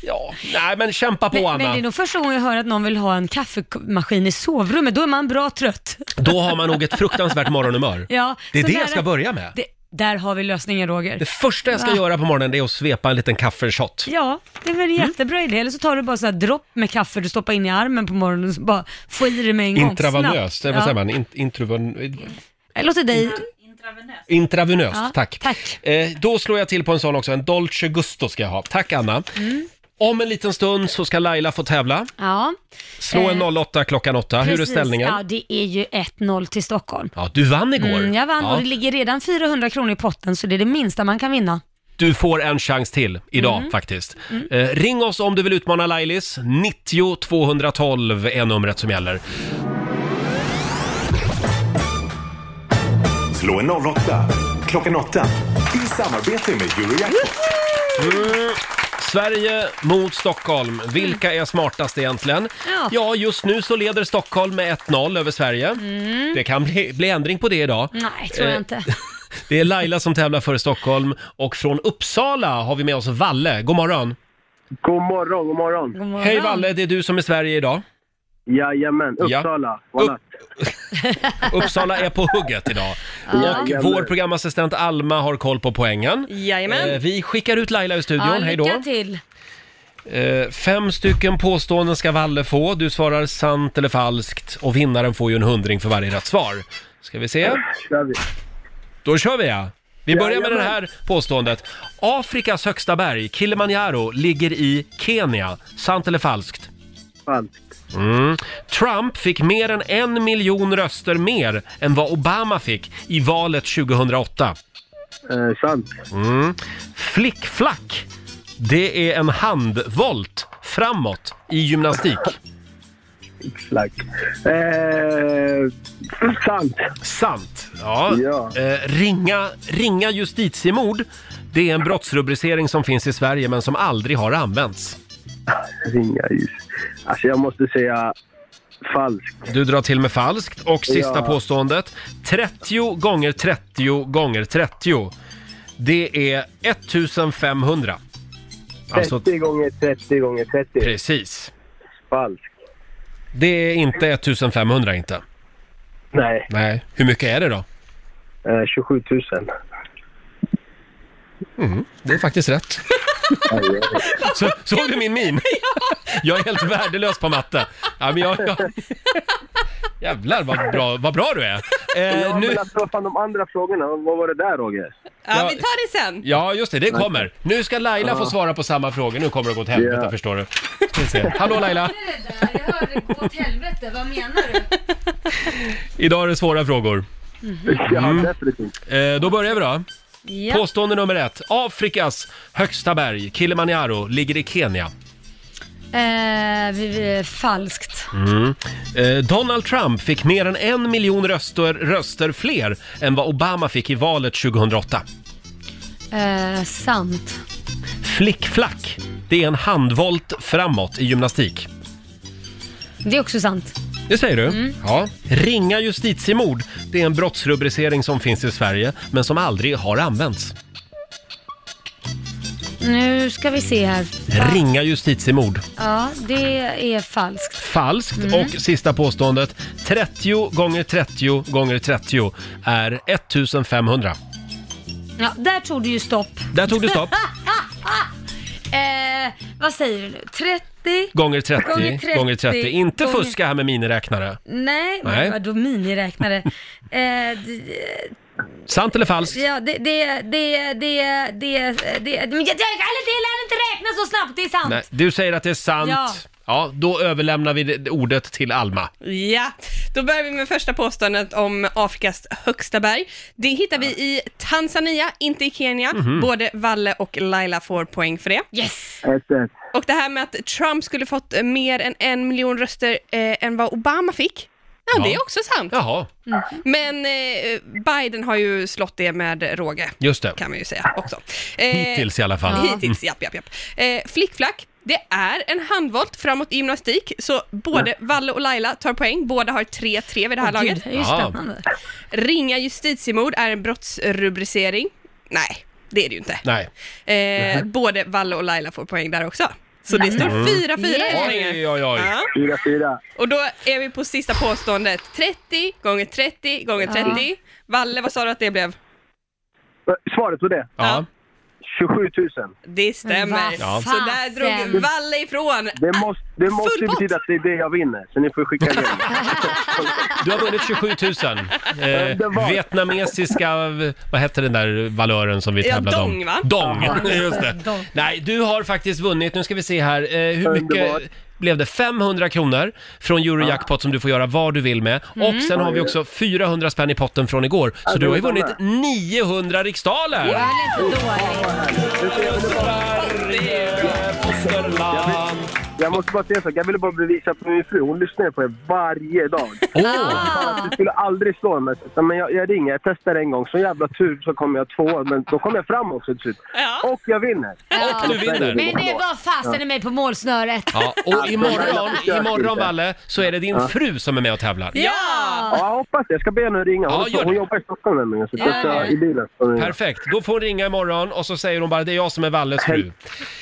S2: ja, nej men kämpa på
S4: men,
S2: Anna.
S4: men det är nog första gången jag hör att någon vill ha en kaffemaskin i sovrummet, då är man bra trött.
S2: Då har man nog ett fruktansvärt morgonhumör.
S4: Ja,
S2: det är
S4: så
S2: det
S4: där-
S2: jag ska börja med.
S4: Det, där har vi lösningen Roger.
S2: Det första jag ska
S4: Va?
S2: göra på morgonen det är att svepa en liten kaffeshot.
S4: Ja, det är väl
S2: Mm.
S4: en jättebra idé. Eller så tar du bara så här dropp med kaffe du stoppar in i armen på morgonen och så bara får i dig med en gång.
S2: Intravenöst, eh,
S4: snabbt.
S2: vad säger
S4: Ja.
S2: man? In, intraven,
S4: Jag låter dig...
S2: Mm. intravenöst,
S4: Ja,
S2: tack.
S4: tack.
S2: Eh, då slår jag till på en sån också, en Dolce Gusto ska jag ha. Tack Anna.
S4: Mm.
S2: Om en liten stund så ska Laila få tävla.
S4: Ja.
S2: Slå en
S4: Eh,
S2: 08 klockan 8. Hur är
S4: Precis.
S2: ställningen?
S4: Ja, det är ju 1-0 till Stockholm.
S2: Ja, du vann igår.
S4: Mm, jag vann
S2: Ja.
S4: och det ligger redan 400 kronor i potten så det är det minsta man kan vinna.
S2: Du får en chans till idag
S4: Mm.
S2: faktiskt. Eh, ring oss om du vill utmana Lailis. 90 212 är numret som gäller.
S5: Slå en 08 klockan 8 i samarbete med Eurojackpot.
S2: Sverige mot Stockholm. Vilka är smartast egentligen? Ja.
S4: Ja.
S2: just nu så leder Stockholm med 1-0 över Sverige.
S4: Mm.
S2: Det kan bli, bli ändring på det idag.
S4: Nej, tror
S2: Eh,
S4: jag inte.
S2: Det är Laila som tävlar för Stockholm och från Uppsala har vi med oss Valle. God morgon!
S12: God morgon, god morgon.
S4: God morgon.
S2: Hej Valle, det är du som är Sverige idag.
S12: Jajamän,
S2: Ja.
S12: Uppsala. Ja.
S2: Uppsala är på hugget idag.
S12: Ja.
S2: Och vår programassistent Alma har koll på poängen.
S8: Jajamän.
S2: Eh, Vi skickar ut Laila ur studion,
S4: Ja,
S2: hej då.
S4: lycka till.
S2: Eh, fem stycken påståenden ska Valle få. Du svarar sant eller falskt och vinnaren får ju en hundring för varje rätt svar. Ska vi se?
S12: Kör vi.
S2: Då kör vi ja! Vi börjar med det
S12: Jajamän.
S2: här påståendet. Afrikas högsta berg, Kilimanjaro, ligger i Kenya. Sant eller falskt? Falskt. Mm. Trump fick mer än en miljon röster mer än vad Obama fick i valet 2008.
S12: Eh, sant.
S2: Mm. Flickflack, det är en handvolt framåt i gymnastik.
S12: Flack. Eh, sant.
S2: Sant. Ja. Eh, ringa, ringa justitiemord, det är en brottsrubricering som finns i Sverige men som aldrig har använts.
S12: Ringa ljus. Alltså jag måste säga falskt.
S2: Du drar till med falskt. Och sista
S12: Ja.
S2: påståendet. 30 gånger 30 gånger 30. Det är 1500.
S12: 30 gånger 30 gånger 30.
S2: Precis.
S12: Falskt.
S2: Det är inte 1500 inte.
S12: Nej.
S2: Nej. Hur mycket är det då?
S12: Eh, 27 000.
S2: Mm, det är faktiskt rätt. Så, såg du min min? Jag är helt värdelös på matte. Ja, men jag, jag... Jävlar vad bra, vad bra du är. Eh,
S12: ja,
S2: nu...
S12: men alltså vad fan de andra frågorna, vad var det där Roger?
S8: Ja, vi tar det sen.
S2: Ja, just det, det kommer. Nu ska Laila få
S12: Ja.
S2: svara på samma frågor. Nu kommer det gå åt helvete,
S12: Ja.
S2: förstår du. Ska vi se. Hallå Laila!
S4: Åt helvete, vad menar du?
S2: Idag är det svåra frågor. Mm. Eh, då börjar vi då.
S4: Ja.
S2: Påstående nummer ett. Afrikas högsta berg, Kilimanjaro, ligger i Kenya.
S4: Eh, vi- vi- falskt.
S2: Mm. Eh, Donald Trump fick mer än en miljon röster, röster fler än vad Obama fick i valet 2008. Mm.
S4: Eh, sant.
S2: Flickflack, det är en handvolt framåt i gymnastik.
S4: Det är också sant.
S2: Det säger du?
S4: Mm.
S2: Ja. Ringa justitiemord, det är en brottsrubricering som finns i Sverige, men som aldrig har använts.
S4: Nu ska vi se här.
S2: Ringa justitiemord.
S4: Ja, det är falskt.
S2: Falskt.
S4: Mm.
S2: Och sista påståendet, 30 gånger 30 gånger 30 är 1500.
S4: Ja, där tog du ju stopp.
S2: Där tog du stopp.
S4: Eh, vad säger du nu? 30?
S2: Gånger 30,
S4: Gånger
S2: gånger
S4: 30,
S2: 30. Inte
S4: gånger-
S2: fuska här med miniräknare.
S4: Nej,
S2: Nej.
S4: vadå miniräknare? eh, d-
S2: Sant eller falskt?
S4: Ja, det, det, det, det, det, det, det, men jag, jag, eller det lär inte räkna så snabbt, det är sant.
S2: Nej, du säger att det är sant.
S4: Ja.
S2: Ja. då överlämnar vi det- ordet till Alma.
S8: Ja, då börjar vi med första påståendet om Afrikas högsta berg. Det hittar vi i Tanzania, inte i Kenya.
S12: Mhm.
S8: Både Valle och Laila får poäng för det.
S4: Yes!
S12: Ett, ett.
S8: Och det här med att Trump skulle fått eh, mer än en miljon röster eh, än vad Obama fick, ja,
S2: Ja.
S8: det är också sant.
S2: Jaha,
S8: Men eh, Biden har ju slått det med råge,
S2: just det.
S8: kan man ju säga också. Eh,
S2: Hittills i alla fall. Mm.
S8: Hittills, japp, japp, japp. Eh, flickflack, det är en handvolt framåt i gymnastik, så både Valle och Laila tar poäng. Båda har 3-3 vid det här
S4: Åh,
S8: laget.
S4: gud, det är ju Ja. spännande.
S8: Ringa justitiemord är en brottsrubricering. Nej, det är det ju inte.
S2: Nej.
S8: Eh, både Valle och Laila får poäng där också. Så det står
S12: Mm.
S8: 4-4
S12: Yeah.
S8: än så länge.
S2: Oj, oj, oj.
S8: Ja.
S12: Fyra, fyra.
S8: Och då är vi på sista påståendet. 30 gånger 30 gånger 30. Valle, vad sa du att det blev?
S12: Eh, Svaret på det?
S2: Ja.
S12: 27 000.
S8: Det stämmer.
S12: vad Ja.
S8: Så där drog
S12: fasen.
S8: Valle ifrån.
S12: Det måste, det måste ju betyda att det är det jag vinner, så ni får skicka igen.
S2: Du har vunnit 27 000.
S12: Ja, det
S2: Eh,
S12: var-
S2: vietnamesiska, vad hette den där valören som vi
S12: Ja,
S2: tävlade om?
S12: dong, va?
S2: Dong,
S12: Ja.
S2: just det.
S12: Dong.
S2: Nej, du har faktiskt vunnit, nu ska vi se här, eh, hur
S12: Underbart.
S2: mycket blev det? 500 kronor från Eurojackpot som du får göra vad du vill med.
S12: Mm.
S2: Och sen har vi också 400 spänn i potten från igår. Så
S12: Ja,
S2: du har ju
S12: det är
S2: vunnit 900 riksdaler!
S12: Jag måste bara säga en sak, jag ville bara bevisa att min fru, hon lyssnar på er varje dag.
S2: Åh!
S4: Ah.
S12: Du skulle aldrig slå mig. Så, Men jag, jag ringer, jag testar en gång, så jävla tur så kommer jag två men då kommer jag fram också till slut. Och jag vinner!
S4: Ja. Men det var fasen i
S12: Ja.
S4: mig på målsnöret.
S2: Ja, och imorgon,
S12: Ja.
S2: imorgon Valle, så är det din fru som är med och tävlar.
S12: Ja, jag hoppas det. Jag ska be henne att ringa. Hon,
S2: Ja, gör
S12: hon
S2: det.
S12: jobbar i Stockholm nämligen, så
S2: Ja,
S12: jag ska
S2: ja.
S12: i bilen.
S2: Perfekt, då får hon ringa imorgon och så säger hon bara det är jag som är Valles fru.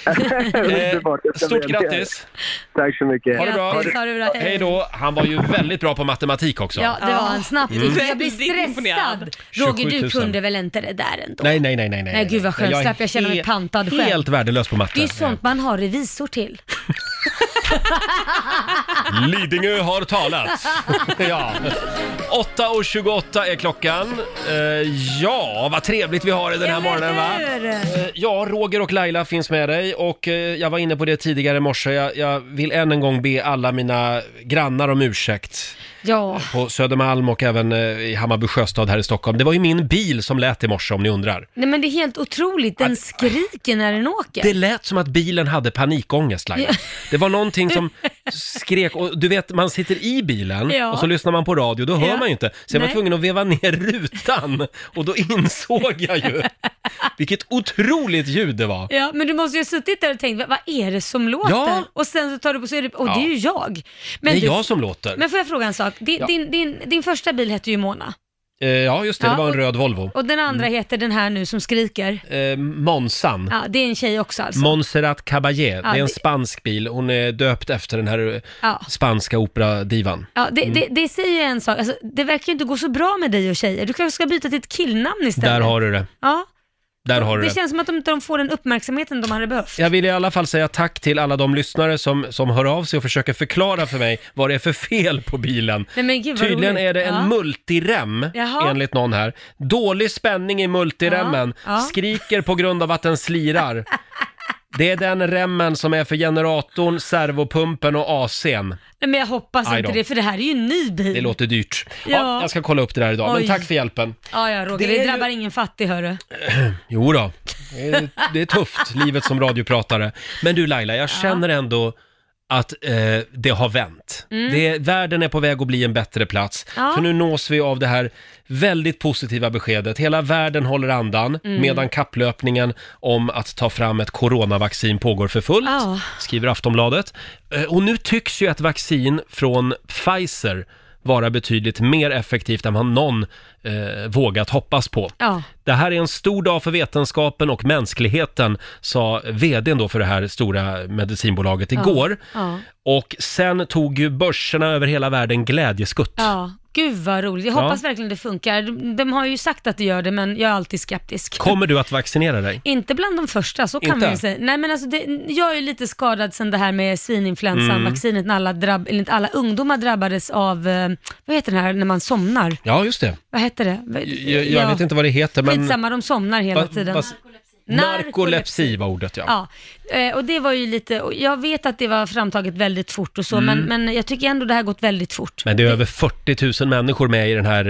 S2: Eh,
S12: Underbart, jag ska
S2: Stort
S12: bli en del.
S2: grattis!
S12: Tack så mycket.
S2: Ha det bra!
S4: Grattis, ha det bra.
S2: Hej då! Han var ju väldigt bra på matematik också.
S4: Ja, det var han snabbt.
S2: Mm.
S4: Jag blir stressad. Roger,
S2: 27
S4: du
S2: 000.
S4: kunde väl inte det där ändå?
S2: Nej, nej, nej, nej.
S4: Nej, gud vad skönt.
S2: är
S4: Slapp jag känna mig
S2: helt-
S4: pantad själv.
S2: Helt värdelös på
S4: Det är
S2: matte.
S4: ju sånt man har revisor till.
S2: Lidingö har talat. ja. 8.28 är klockan. Eh, ja, vad trevligt vi har i den här morgonen va? Eh, Ja, Roger och Laila finns med dig och eh, jag var inne på det tidigare i morse. Jag, jag vill än en gång be alla mina grannar om ursäkt
S4: Ja,
S2: på Södermalm och även eh, i Hammarby sjöstad här i Stockholm. Det var ju min bil som lät i morse om ni undrar.
S4: nej men det är helt otroligt. Den skriker när den åker.
S2: Det lät som att bilen hade panikångest Laila.
S4: Ja.
S2: Det var någonting som skrek och du vet man sitter i bilen
S4: Ja.
S2: och så lyssnar man på radio, då hör
S4: Ja.
S2: man ju inte. Så jag var
S4: Nej.
S2: tvungen att veva ner rutan och då insåg jag ju vilket otroligt ljud det var.
S4: Ja, men du måste ju ha suttit där och tänkt, "Va- vad är det som låter?
S2: Ja.
S4: Och sen så tar du på så är det, och
S2: Ja.
S4: det är ju jag.
S2: det är
S4: du-
S2: jag som låter.
S4: Men får jag fråga en sak? Din,
S2: Ja.
S4: din, din, din första bil hette ju Mona.
S2: Eh, ja, just det,
S4: Ja,
S2: det var en
S4: och-
S2: röd Volvo.
S4: Och den andra
S2: Mm.
S4: heter den här nu som skriker.
S2: Eh, Monsan.
S4: Ja, det är en tjej också alltså.
S2: Montserrat Caballé, det är en
S4: det-
S2: spansk bil. Hon är döpt efter den här eh,
S4: Ja.
S2: spanska operadivan.
S4: Ja, det,
S2: Mm.
S4: det, det säger ju en sak, alltså, det verkar ju inte gå så bra med dig och tjejer. Du kanske ska byta till ett killnamn istället.
S2: Där har du det.
S4: Ja,
S2: Där har du
S4: det
S2: det.
S4: känns som att de inte de får den uppmärksamheten de hade behövt.
S2: Jag vill i alla fall säga tack till alla de lyssnare som, som hör av sig och försöker förklara för mig vad det är för fel på bilen.
S4: Nej, men gud, vad
S2: Tydligen
S4: roligt.
S2: är det en
S4: Ja.
S2: multirem,
S4: Jaha.
S2: enligt någon här. Dålig spänning i multiremmen,
S4: Ja, ja.
S2: skriker på grund av att den slirar. Det är den remmen som är för generatorn, servopumpen och AC'n.
S4: Nej, men jag hoppas
S2: Aj
S4: inte
S2: då.
S4: det, för det här är ju en ny bil.
S2: Det låter dyrt. Ja.
S4: Ja.
S2: jag ska kolla upp det där idag, men
S4: Oj.
S2: tack för hjälpen.
S4: Ja, ja, Roger,
S2: Det
S4: det,
S2: är ju-
S4: drabbar ingen fattig, hörru.
S2: Jo då. Det är- det är tufft, livet som radiopratare. Men du Laila, jag känner ändå att eh, det har vänt.
S4: Mm.
S2: Det, världen är på väg att bli en bättre plats.
S4: Ja.
S2: För nu nås vi av det här väldigt positiva beskedet. Hela världen håller andan
S4: Mm.
S2: medan kapplöpningen om att ta fram ett coronavaccin pågår för fullt,
S4: Ja.
S2: skriver Aftonbladet. Eh, och nu tycks ju ett vaccin från Pfizer vara betydligt mer effektivt än vad någon eh, vågat hoppas på.
S4: Ja.
S2: Det här är en stor dag för vetenskapen och mänskligheten, sa vdn då för det här stora medicinbolaget igår.
S4: Ja.
S2: Och sen tog ju börserna över hela världen glädjeskutt.
S4: ja. Gud vad roligt. Jag
S2: Ja.
S4: hoppas verkligen det funkar. De, de har ju sagt att det gör det, men jag är alltid skeptisk.
S2: Kommer du att vaccinera dig?
S4: Inte bland de första, så kan
S2: Inte?
S4: man ju säga. Nej, men alltså, det, jag är ju lite skadad sen det här med
S2: Mm.
S4: svininfluensan-vaccinet när alla, drabb, eller inte alla ungdomar drabbades av, eh, vad heter det här när man somnar?
S2: Ja, just det.
S4: Vad heter det?
S2: Jag, jag vet inte vad det heter, men...
S4: Skitsamma, de somnar hela
S2: Va-
S4: tiden.
S2: va- Narkolepsi var ordet, ja.
S4: Ja, eh, och det var ju lite, och jag vet att det var framtaget väldigt fort och så,
S2: Mm.
S4: men, men jag tycker ändå det här gått väldigt fort.
S2: Men det är över 40 000 människor med i den här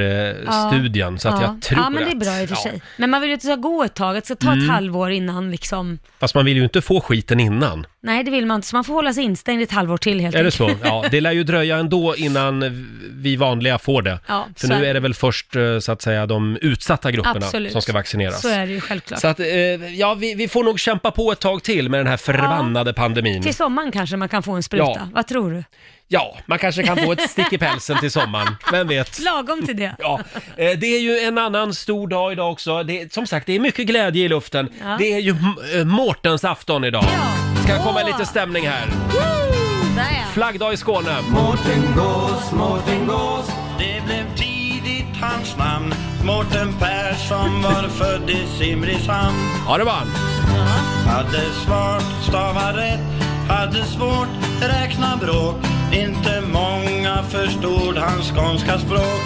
S2: eh, studien, så att
S4: ja.
S2: jag tror
S4: Ja, men det är
S2: att-
S4: bra i och för
S2: ja.
S4: sig. Men man vill ju att det ska gå ett tag, att det ska ta
S2: Mm.
S4: ett halvår innan liksom.
S2: Fast man vill ju inte få skiten innan.
S4: Nej, det vill man inte, så man får hålla sig instängd ett halvår till helt
S2: Är det
S4: enkelt.
S2: så? Ja, det lär ju dröja ändå innan vi vanliga får det.
S4: Ja,
S2: För
S4: så är
S2: nu
S4: det.
S2: är det väl först eh, så att säga de utsatta grupperna
S4: Absolut.
S2: som ska vaccineras.
S4: Så är det ju självklart.
S2: Så att, eh, ja, vi, vi får nog kämpa på ett tag till med den här förbannade pandemin.
S4: Till sommaren kanske man kan få en spruta.
S2: Ja.
S4: Vad tror du?
S2: Ja, man kanske kan få ett stick i pälsen till sommaren. Vem vet?
S4: Lagom till det.
S2: Ja, eh, det är ju en annan stor dag idag också. Det, är- som sagt, det är mycket glädje i luften.
S4: Ja.
S2: Det är ju M- eh, Mårtens afton idag. Ska komma lite stämning här. Flaggdag i Skåne.
S13: Mårten Gås, Mårten Gås Det blev tidigt hans namn Mårten Persson var född i Simrishamn
S2: Ja, det var han.
S13: Hade svart, stavar rätt Hade svårt, räkna bråk Inte många förstod hans skånska språk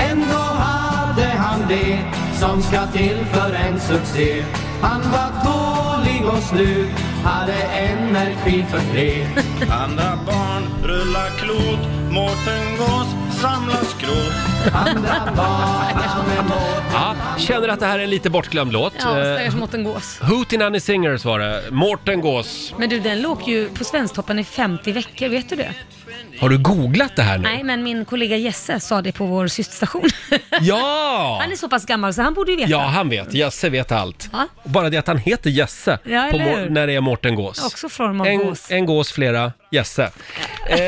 S3: Ändå hade han det som ska till för en succé. Han var tålig och slut, hade energi för fred.
S13: Andra barn rullar klot Mårten Gås samlar skrot
S3: Andra barn med Mårten
S2: Ja, känner att det här är en lite bortglömd låt.
S4: Ja,
S2: Eh,
S4: stackars Mårten Gås.
S2: Hootenanny Singers var det. Mårten Gås.
S4: Men du, den låg ju på Svensktoppen i 50 veckor, vet du det?
S2: Har du googlat det här nu?
S4: Nej, men min kollega Jesse sa det på vår systerstation.
S2: Ja!
S4: Han är så pass gammal så han borde ju veta.
S2: Ja, han vet. Jesse vet allt.
S4: Ja.
S2: Bara det att han heter Jesse
S4: Ja,
S2: på
S4: eller
S2: Mår-
S4: hur?
S2: när det är Mårten Gås.
S4: Också från
S2: en,
S4: Mårten Gås.
S2: en gås, flera Jesse. Eh,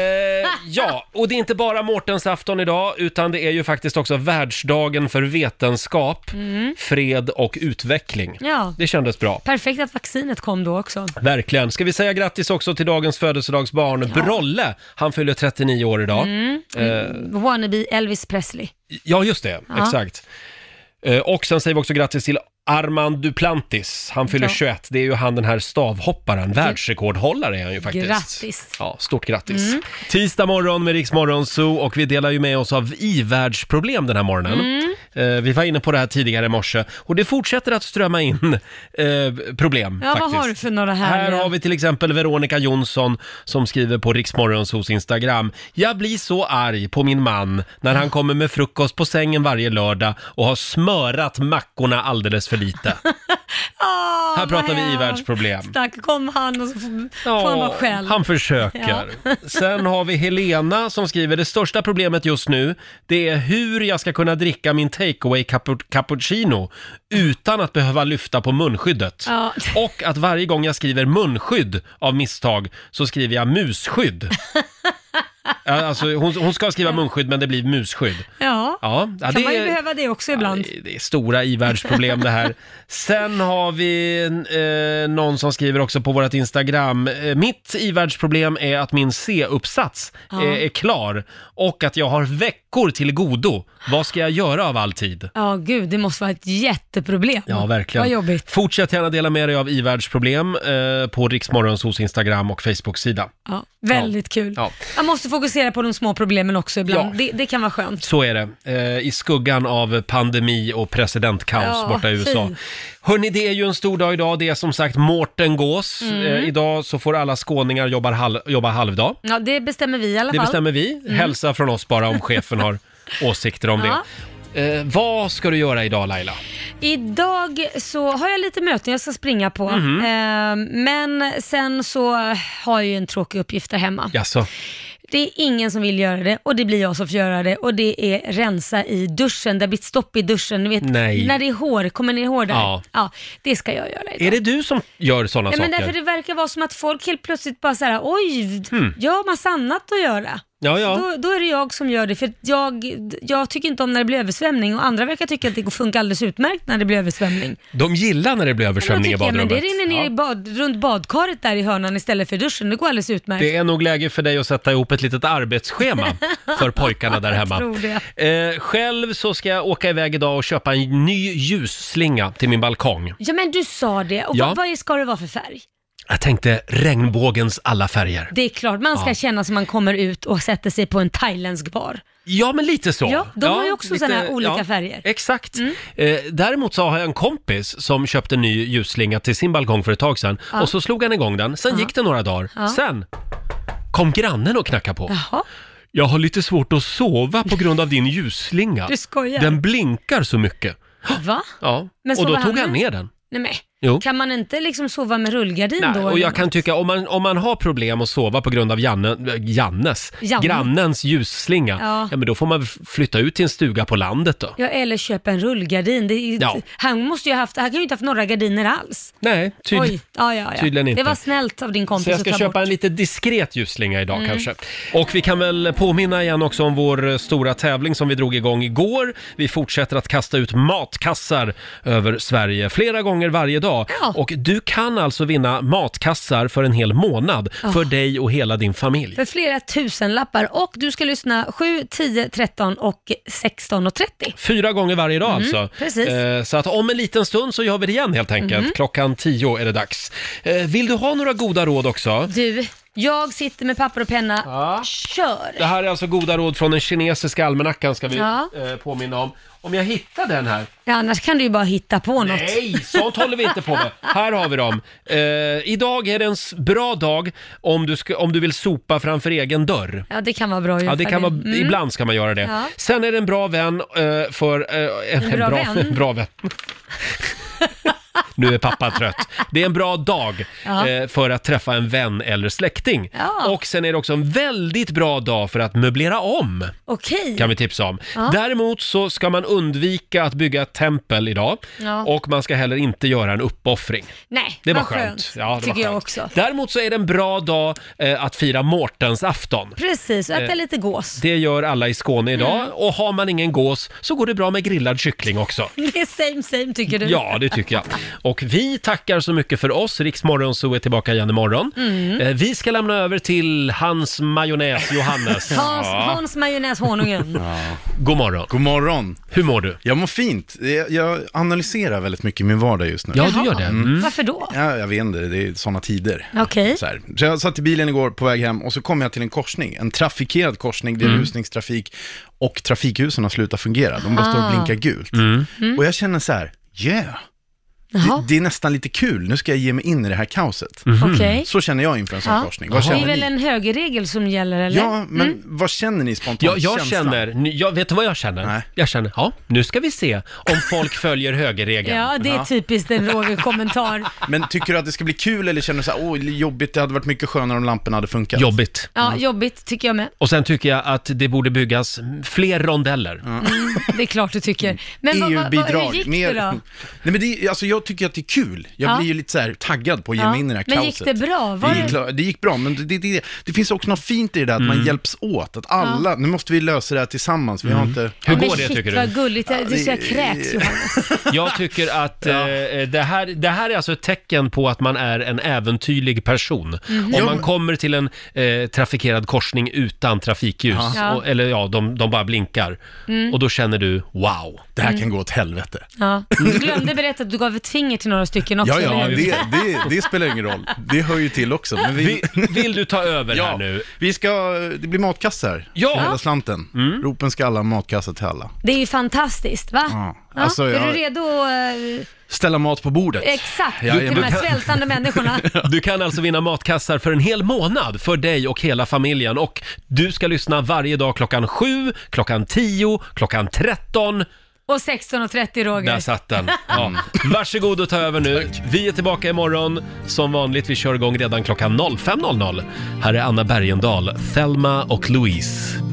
S2: Ja, och det är inte bara Mårtensafton idag, utan det är ju faktiskt också världsdagen för vetenskap,
S4: Mm.
S2: fred och utveckling.
S4: Ja.
S2: Det kändes bra.
S4: Perfekt att vaccinet kom då också.
S2: Verkligen. Ska vi säga grattis också till dagens födelsedagsbarn, Brolle. Han fyller 39 år idag.
S4: Mm.
S2: Eh,
S4: Wannabe Elvis Presley.
S2: Ja, just det.
S4: Ja.
S2: Exakt. Eh, Och sen säger vi också grattis till Armand Duplantis. Han fyller
S4: Ja.
S2: 21. Det är ju han den här stavhopparen. Världsrekordhållare är han ju faktiskt.
S4: Grattis. Mm.
S2: Ja, stort grattis. Tisdag morgon med Rix Morgon Zoo och vi delar ju med oss av ivärldsproblem den här morgonen.
S4: Mm.
S2: Eh, Vi var inne på det här tidigare i morse och det fortsätter att strömma in eh, problem
S4: Ja,
S2: faktiskt.
S4: vad har du för några
S2: Här
S4: här?
S2: har vi till exempel Veronica Jonsson som skriver på Riksmorgonsos Instagram. Jag blir så arg på min man när han kommer med frukost på sängen varje lördag och har smörat mackorna alldeles för lite.
S4: Åh,
S2: Här
S4: vad
S2: pratar vi
S4: hemskt.
S2: ivärldsproblem.
S4: Stack, kom han och så får, får han vara själv.
S2: Han försöker.
S4: Ja.
S2: Sen har vi Helena som skriver det största problemet just nu det är hur jag ska kunna dricka min takeaway capu- cappuccino utan att behöva lyfta på munskyddet.
S4: Ja.
S2: Och att varje gång jag skriver munskydd av misstag så skriver jag musskydd. Ja, Alltså, hon, hon ska skriva munskydd men det blir musskydd.
S4: Ja,
S2: Ja, ja
S4: kan
S2: det
S4: man ju
S2: är-
S4: behöva det också ibland.
S2: det är stora ivärldsproblem det här. Sen har vi eh, någon som skriver också på vårt Instagram. Eh, mitt ivärldsproblem är att min C-uppsats
S4: Ja.
S2: eh, är klar och att jag har veckor till godo. Vad ska jag göra av all tid?
S4: Ja, gud, det måste vara ett jätteproblem.
S2: Ja, verkligen.
S4: Mm. Vad jobbigt.
S2: Fortsätt gärna dela med dig av ivärldsproblem eh, på Riksmorgonsos Instagram och Facebook-sida.
S4: Ja, väldigt kul.
S2: Ja.
S4: Man måste fokusera på de små problemen också ibland. Det, det kan vara skönt.
S2: Så är det, eh, i skuggan av pandemi och presidentkaos
S4: Ja,
S2: borta i USA.
S4: fy.
S2: Hörni, det är ju en stor dag idag. Det är som sagt Mårten Gås.
S4: Mm.
S2: Eh, idag så får alla skåningar jobba, hal- jobba halvdag.
S4: Ja, det bestämmer vi i alla
S2: Det
S4: fall.
S2: bestämmer vi.
S4: Mm.
S2: Hälsa från oss bara om chefen har åsikter om
S4: Ja.
S2: det. Eh, vad ska du göra idag Laila?
S4: Idag så har jag lite möten jag ska springa på.
S2: Mhm.
S4: Eh, men sen så har jag ju en tråkig uppgift där hemma.
S2: Jaså?
S4: Det är ingen som vill göra det och det blir jag som får göra det och det är rensa i duschen. Det har blivit stopp i duschen. Ni vet,
S2: Nej.
S4: när det är hår, kommer ner hår där?
S2: Ja.
S4: ja. Det ska jag göra idag.
S2: Är det du som gör sådana
S4: Nej, men
S2: saker?
S4: därför det verkar vara som att folk helt plötsligt bara såhär, oj,
S2: Hmm.
S4: jag har massa annat att göra.
S2: Ja, ja.
S4: Då, då är det jag som gör det, för att jag, jag tycker inte om när det blir översvämning och andra verkar tycka att det funkar alldeles utmärkt när det blir översvämning.
S2: De gillar när det blir översvämning i
S4: Ja, men
S2: badrummet.
S4: det rinner ner i bad, runt badkaret där i hörnan istället för i duschen, det går alldeles utmärkt.
S2: Det är nog läge för dig att sätta ihop ett litet arbetsschema för pojkarna där hemma.
S4: Jag tror det.
S2: Eh, själv så ska jag åka iväg idag och köpa en ny ljusslinga till min balkong.
S4: Ja men du sa det, och
S2: Ja.
S4: vad, vad ska det vara för färg?
S2: Jag tänkte regnbågens alla färger.
S4: Det är klart, man ska
S2: Ja.
S4: känna som man kommer ut och sätter sig på en thailändsk bar.
S2: Ja, men lite så.
S4: Ja, de har ju också
S2: lite-
S4: sådana här olika
S2: ja,
S4: färger. Mm.
S2: Exakt. Eh, däremot så har jag en kompis som köpte en ny ljusslinga till sin balkong för ett tag sedan
S4: Ja.
S2: och så slog han igång den. Sen
S4: Ja.
S2: gick det några dagar.
S4: Ja.
S2: Sen kom grannen och knackade på.
S4: Jaha.
S2: Jag har lite svårt att sova på grund av din ljusslinga.
S4: Du skojar.
S2: Den blinkar så mycket.
S4: Va?
S2: Ja,
S4: Men
S2: och
S4: så
S2: då
S4: var
S2: tog
S4: han
S2: han
S4: med?
S2: ner den.
S4: Nej, men.
S2: Jo.
S4: Kan man inte liksom sova med rullgardin då?
S2: Nej, och
S4: eller
S2: jag kan tycka, om man, om man har problem att sova på grund av Janne, eh, Jannes,
S4: Janne.
S2: grannens ljusslinga, ja.
S4: Ja.
S2: men då får man f- flytta ut till en stuga på landet då.
S4: Ja, eller köpa en rullgardin. Det är, ju-
S2: Ja.
S4: Han måste ju ha haft, han kan ju inte ha haft några gardiner alls.
S2: Nej, tyd-
S4: Oj, ja, ja, ja.
S2: tydligen inte.
S4: Det var snällt av din kompis
S2: Så jag ska
S4: att ta
S2: köpa
S4: bort.
S2: en lite diskret ljusslinga idag
S4: Mm.
S2: kanske. Och vi kan väl påminna igen också om vår eh, stora tävling som vi drog igång igår. Vi fortsätter att kasta ut matkassar över Sverige flera gånger varje dag. Och du kan alltså vinna matkassar för en hel månad
S4: Ja.
S2: för dig och hela din familj.
S4: För flera tusen lappar och du ska lyssna 7, 10, 13 och 16 och 30.
S2: Fyra gånger varje dag
S4: Mm,
S2: alltså.
S4: precis.
S2: Eh, så att om en liten stund så gör vi det igen helt enkelt.
S4: Mm.
S2: Klockan tio är det dags. Eh, vill du ha några goda råd också?
S4: Du, jag sitter med papper och penna. Kör!
S2: Det här är alltså goda råd från den kinesiska almanackan ska vi
S4: Ja.
S2: eh, påminna om. Om jag hittar den här.
S4: Ja, annars kan du ju bara hitta på något.
S2: Nej, sånt håller vi inte på med. Här har vi dem. Eh, idag är det en s- bra dag om du, ska, om du vill sopa framför egen dörr.
S4: Ja, det Mm, kan vara bra
S2: Ja, det kan vara, ibland ska man göra det.
S4: Ja.
S2: Sen är det en bra vän eh, för... eh,
S4: En bra vän?
S2: bra vän. nu är pappa trött. Det är en bra dag
S3: Ja.
S2: eh, för att träffa en vän eller släkting.
S3: Ja.
S2: Och sen är det också en väldigt bra dag för att möblera om.
S4: Okej.
S2: Kan vi tipsa om.
S4: Ja.
S2: Däremot så ska man undvika att bygga ett tempel idag.
S4: Ja.
S2: Och man ska heller inte göra en uppoffring.
S4: Nej,
S2: Det var
S4: vad
S2: skönt. Ja, det var
S4: tycker jag också.
S2: Däremot så är det en bra dag eh, att fira Mårtensafton.
S4: Precis, och äta
S2: Eh,
S4: lite gås.
S2: Det gör alla i Skåne idag.
S4: Mm.
S2: Och har man ingen gås så går det bra med grillad kyckling också.
S4: Det är same same tycker du.
S2: Ja, det tycker jag. Och vi tackar så mycket för oss. Riksmorgon så är tillbaka igen imorgon.
S4: Mm.
S2: Eh, Vi ska lämna över till Hans Majonnäs Johannes.
S4: Hans,
S2: Ja.
S4: Hans majonnäs honungen.
S2: God morgon.
S14: God morgon.
S2: Hur mår du?
S14: Jag mår fint. Jag- Jag analyserar väldigt mycket min vardag just nu.
S4: Ja, Mm. du Jaha. gör det. Varför då?
S14: Ja, jag vet inte, det är sådana tider.
S4: Okej.
S14: Så, här. så jag satt i bilen igår på väg hem och så kom jag till en korsning, en trafikerad korsning, det är
S15: Mm.
S14: rusningstrafik och trafikhusen har slutat fungera, de bara står
S15: Ah.
S14: och blinkar gult.
S15: Mm.
S14: Och jag känner så här, yeah. Det, det är nästan lite kul, nu ska jag ge mig in i det här kaoset. Mm.
S4: Mhm. Okej.
S14: Så känner jag inför en sån korsning. Vad
S4: Det är
S14: känner
S4: väl
S14: ni?
S4: en högerregel som gäller eller?
S14: Ja, men
S4: Mm.
S14: vad känner ni spontant?
S2: Jag, jag
S14: Känslan?
S2: känner, jag vet du vad jag känner? Jag känner, ja, nu ska vi se om folk följer högerregeln.
S4: Ja, det är typiskt en Roger-kommentar.
S14: Men tycker du att det ska bli kul eller känner du så här, åh, jobbigt, det hade varit mycket skönare om lamporna hade funkat?
S2: Jobbigt.
S4: Ja, jobbigt tycker jag med.
S2: Och sen tycker jag att det borde byggas fler rondeller.
S4: Mm, Det är klart du tycker. Men vad, vad, vad, hur
S14: EU-bidrag,
S4: gick
S14: mer...
S4: det då?
S14: Nej men det, är- alltså jag tycker att det är kul. Jag
S4: Ja.
S14: blir ju lite så här taggad på att ge
S4: Ja.
S14: mig in i det här
S4: Men gick
S14: kaoset.
S4: det bra? Var
S14: det,
S4: det-
S14: gick, kla- det gick bra, men det, det, det, det finns också något fint i det där att man hjälps åt, att alla, nu måste vi lösa det här tillsammans, vi har inte...
S2: Hur går det tycker
S4: Vad
S2: du?
S4: gulligt, det, det så jag
S14: det-
S4: kräks Johannes.
S2: Jag tycker att eh, det, här, det här är alltså ett tecken på att man är en äventyrlig person.
S4: Mhm.
S2: Om
S4: Ja,
S2: man
S4: men-
S2: kommer till en eh, trafikerad korsning utan trafikljus,
S4: Ja.
S2: och, eller ja, de, de bara blinkar,
S4: Mm.
S2: och då känner du wow.
S14: Det här kan gå åt helvete.
S4: Ja. Mm. Du glömde berätta att du gav ett finger till några stycken också.
S14: Ja, ja,
S4: eller
S14: det,
S4: hur?
S14: det, det spelar ingen roll. Det hör ju till också. Men vi...
S2: Vill du ta över
S14: ja,
S2: här nu?
S14: Vi ska, det blir matkasse här.
S2: Ja.
S14: För hela slanten. Ropen ska alla, matkasse till alla.
S4: Det är ju fantastiskt, va?
S14: Ja.
S4: Ja,
S14: Alltså,
S4: är
S14: jag-
S4: du redo? eh,
S14: Ställa mat på bordet.
S4: Exakt,
S2: Ja,
S4: till de
S2: men-
S4: här svältande människorna.
S2: Du kan alltså vinna matkassar för en hel månad för dig och hela familjen och du ska lyssna varje dag klockan 7, klockan 10, klockan 13.
S4: Och 16.30 Roger.
S2: Där satt den. Ja. Varsågod och ta över nu. Vi är tillbaka imorgon. Som vanligt, vi kör igång redan klockan 05.00. Här är Anna Bergendahl, Thelma och Louise.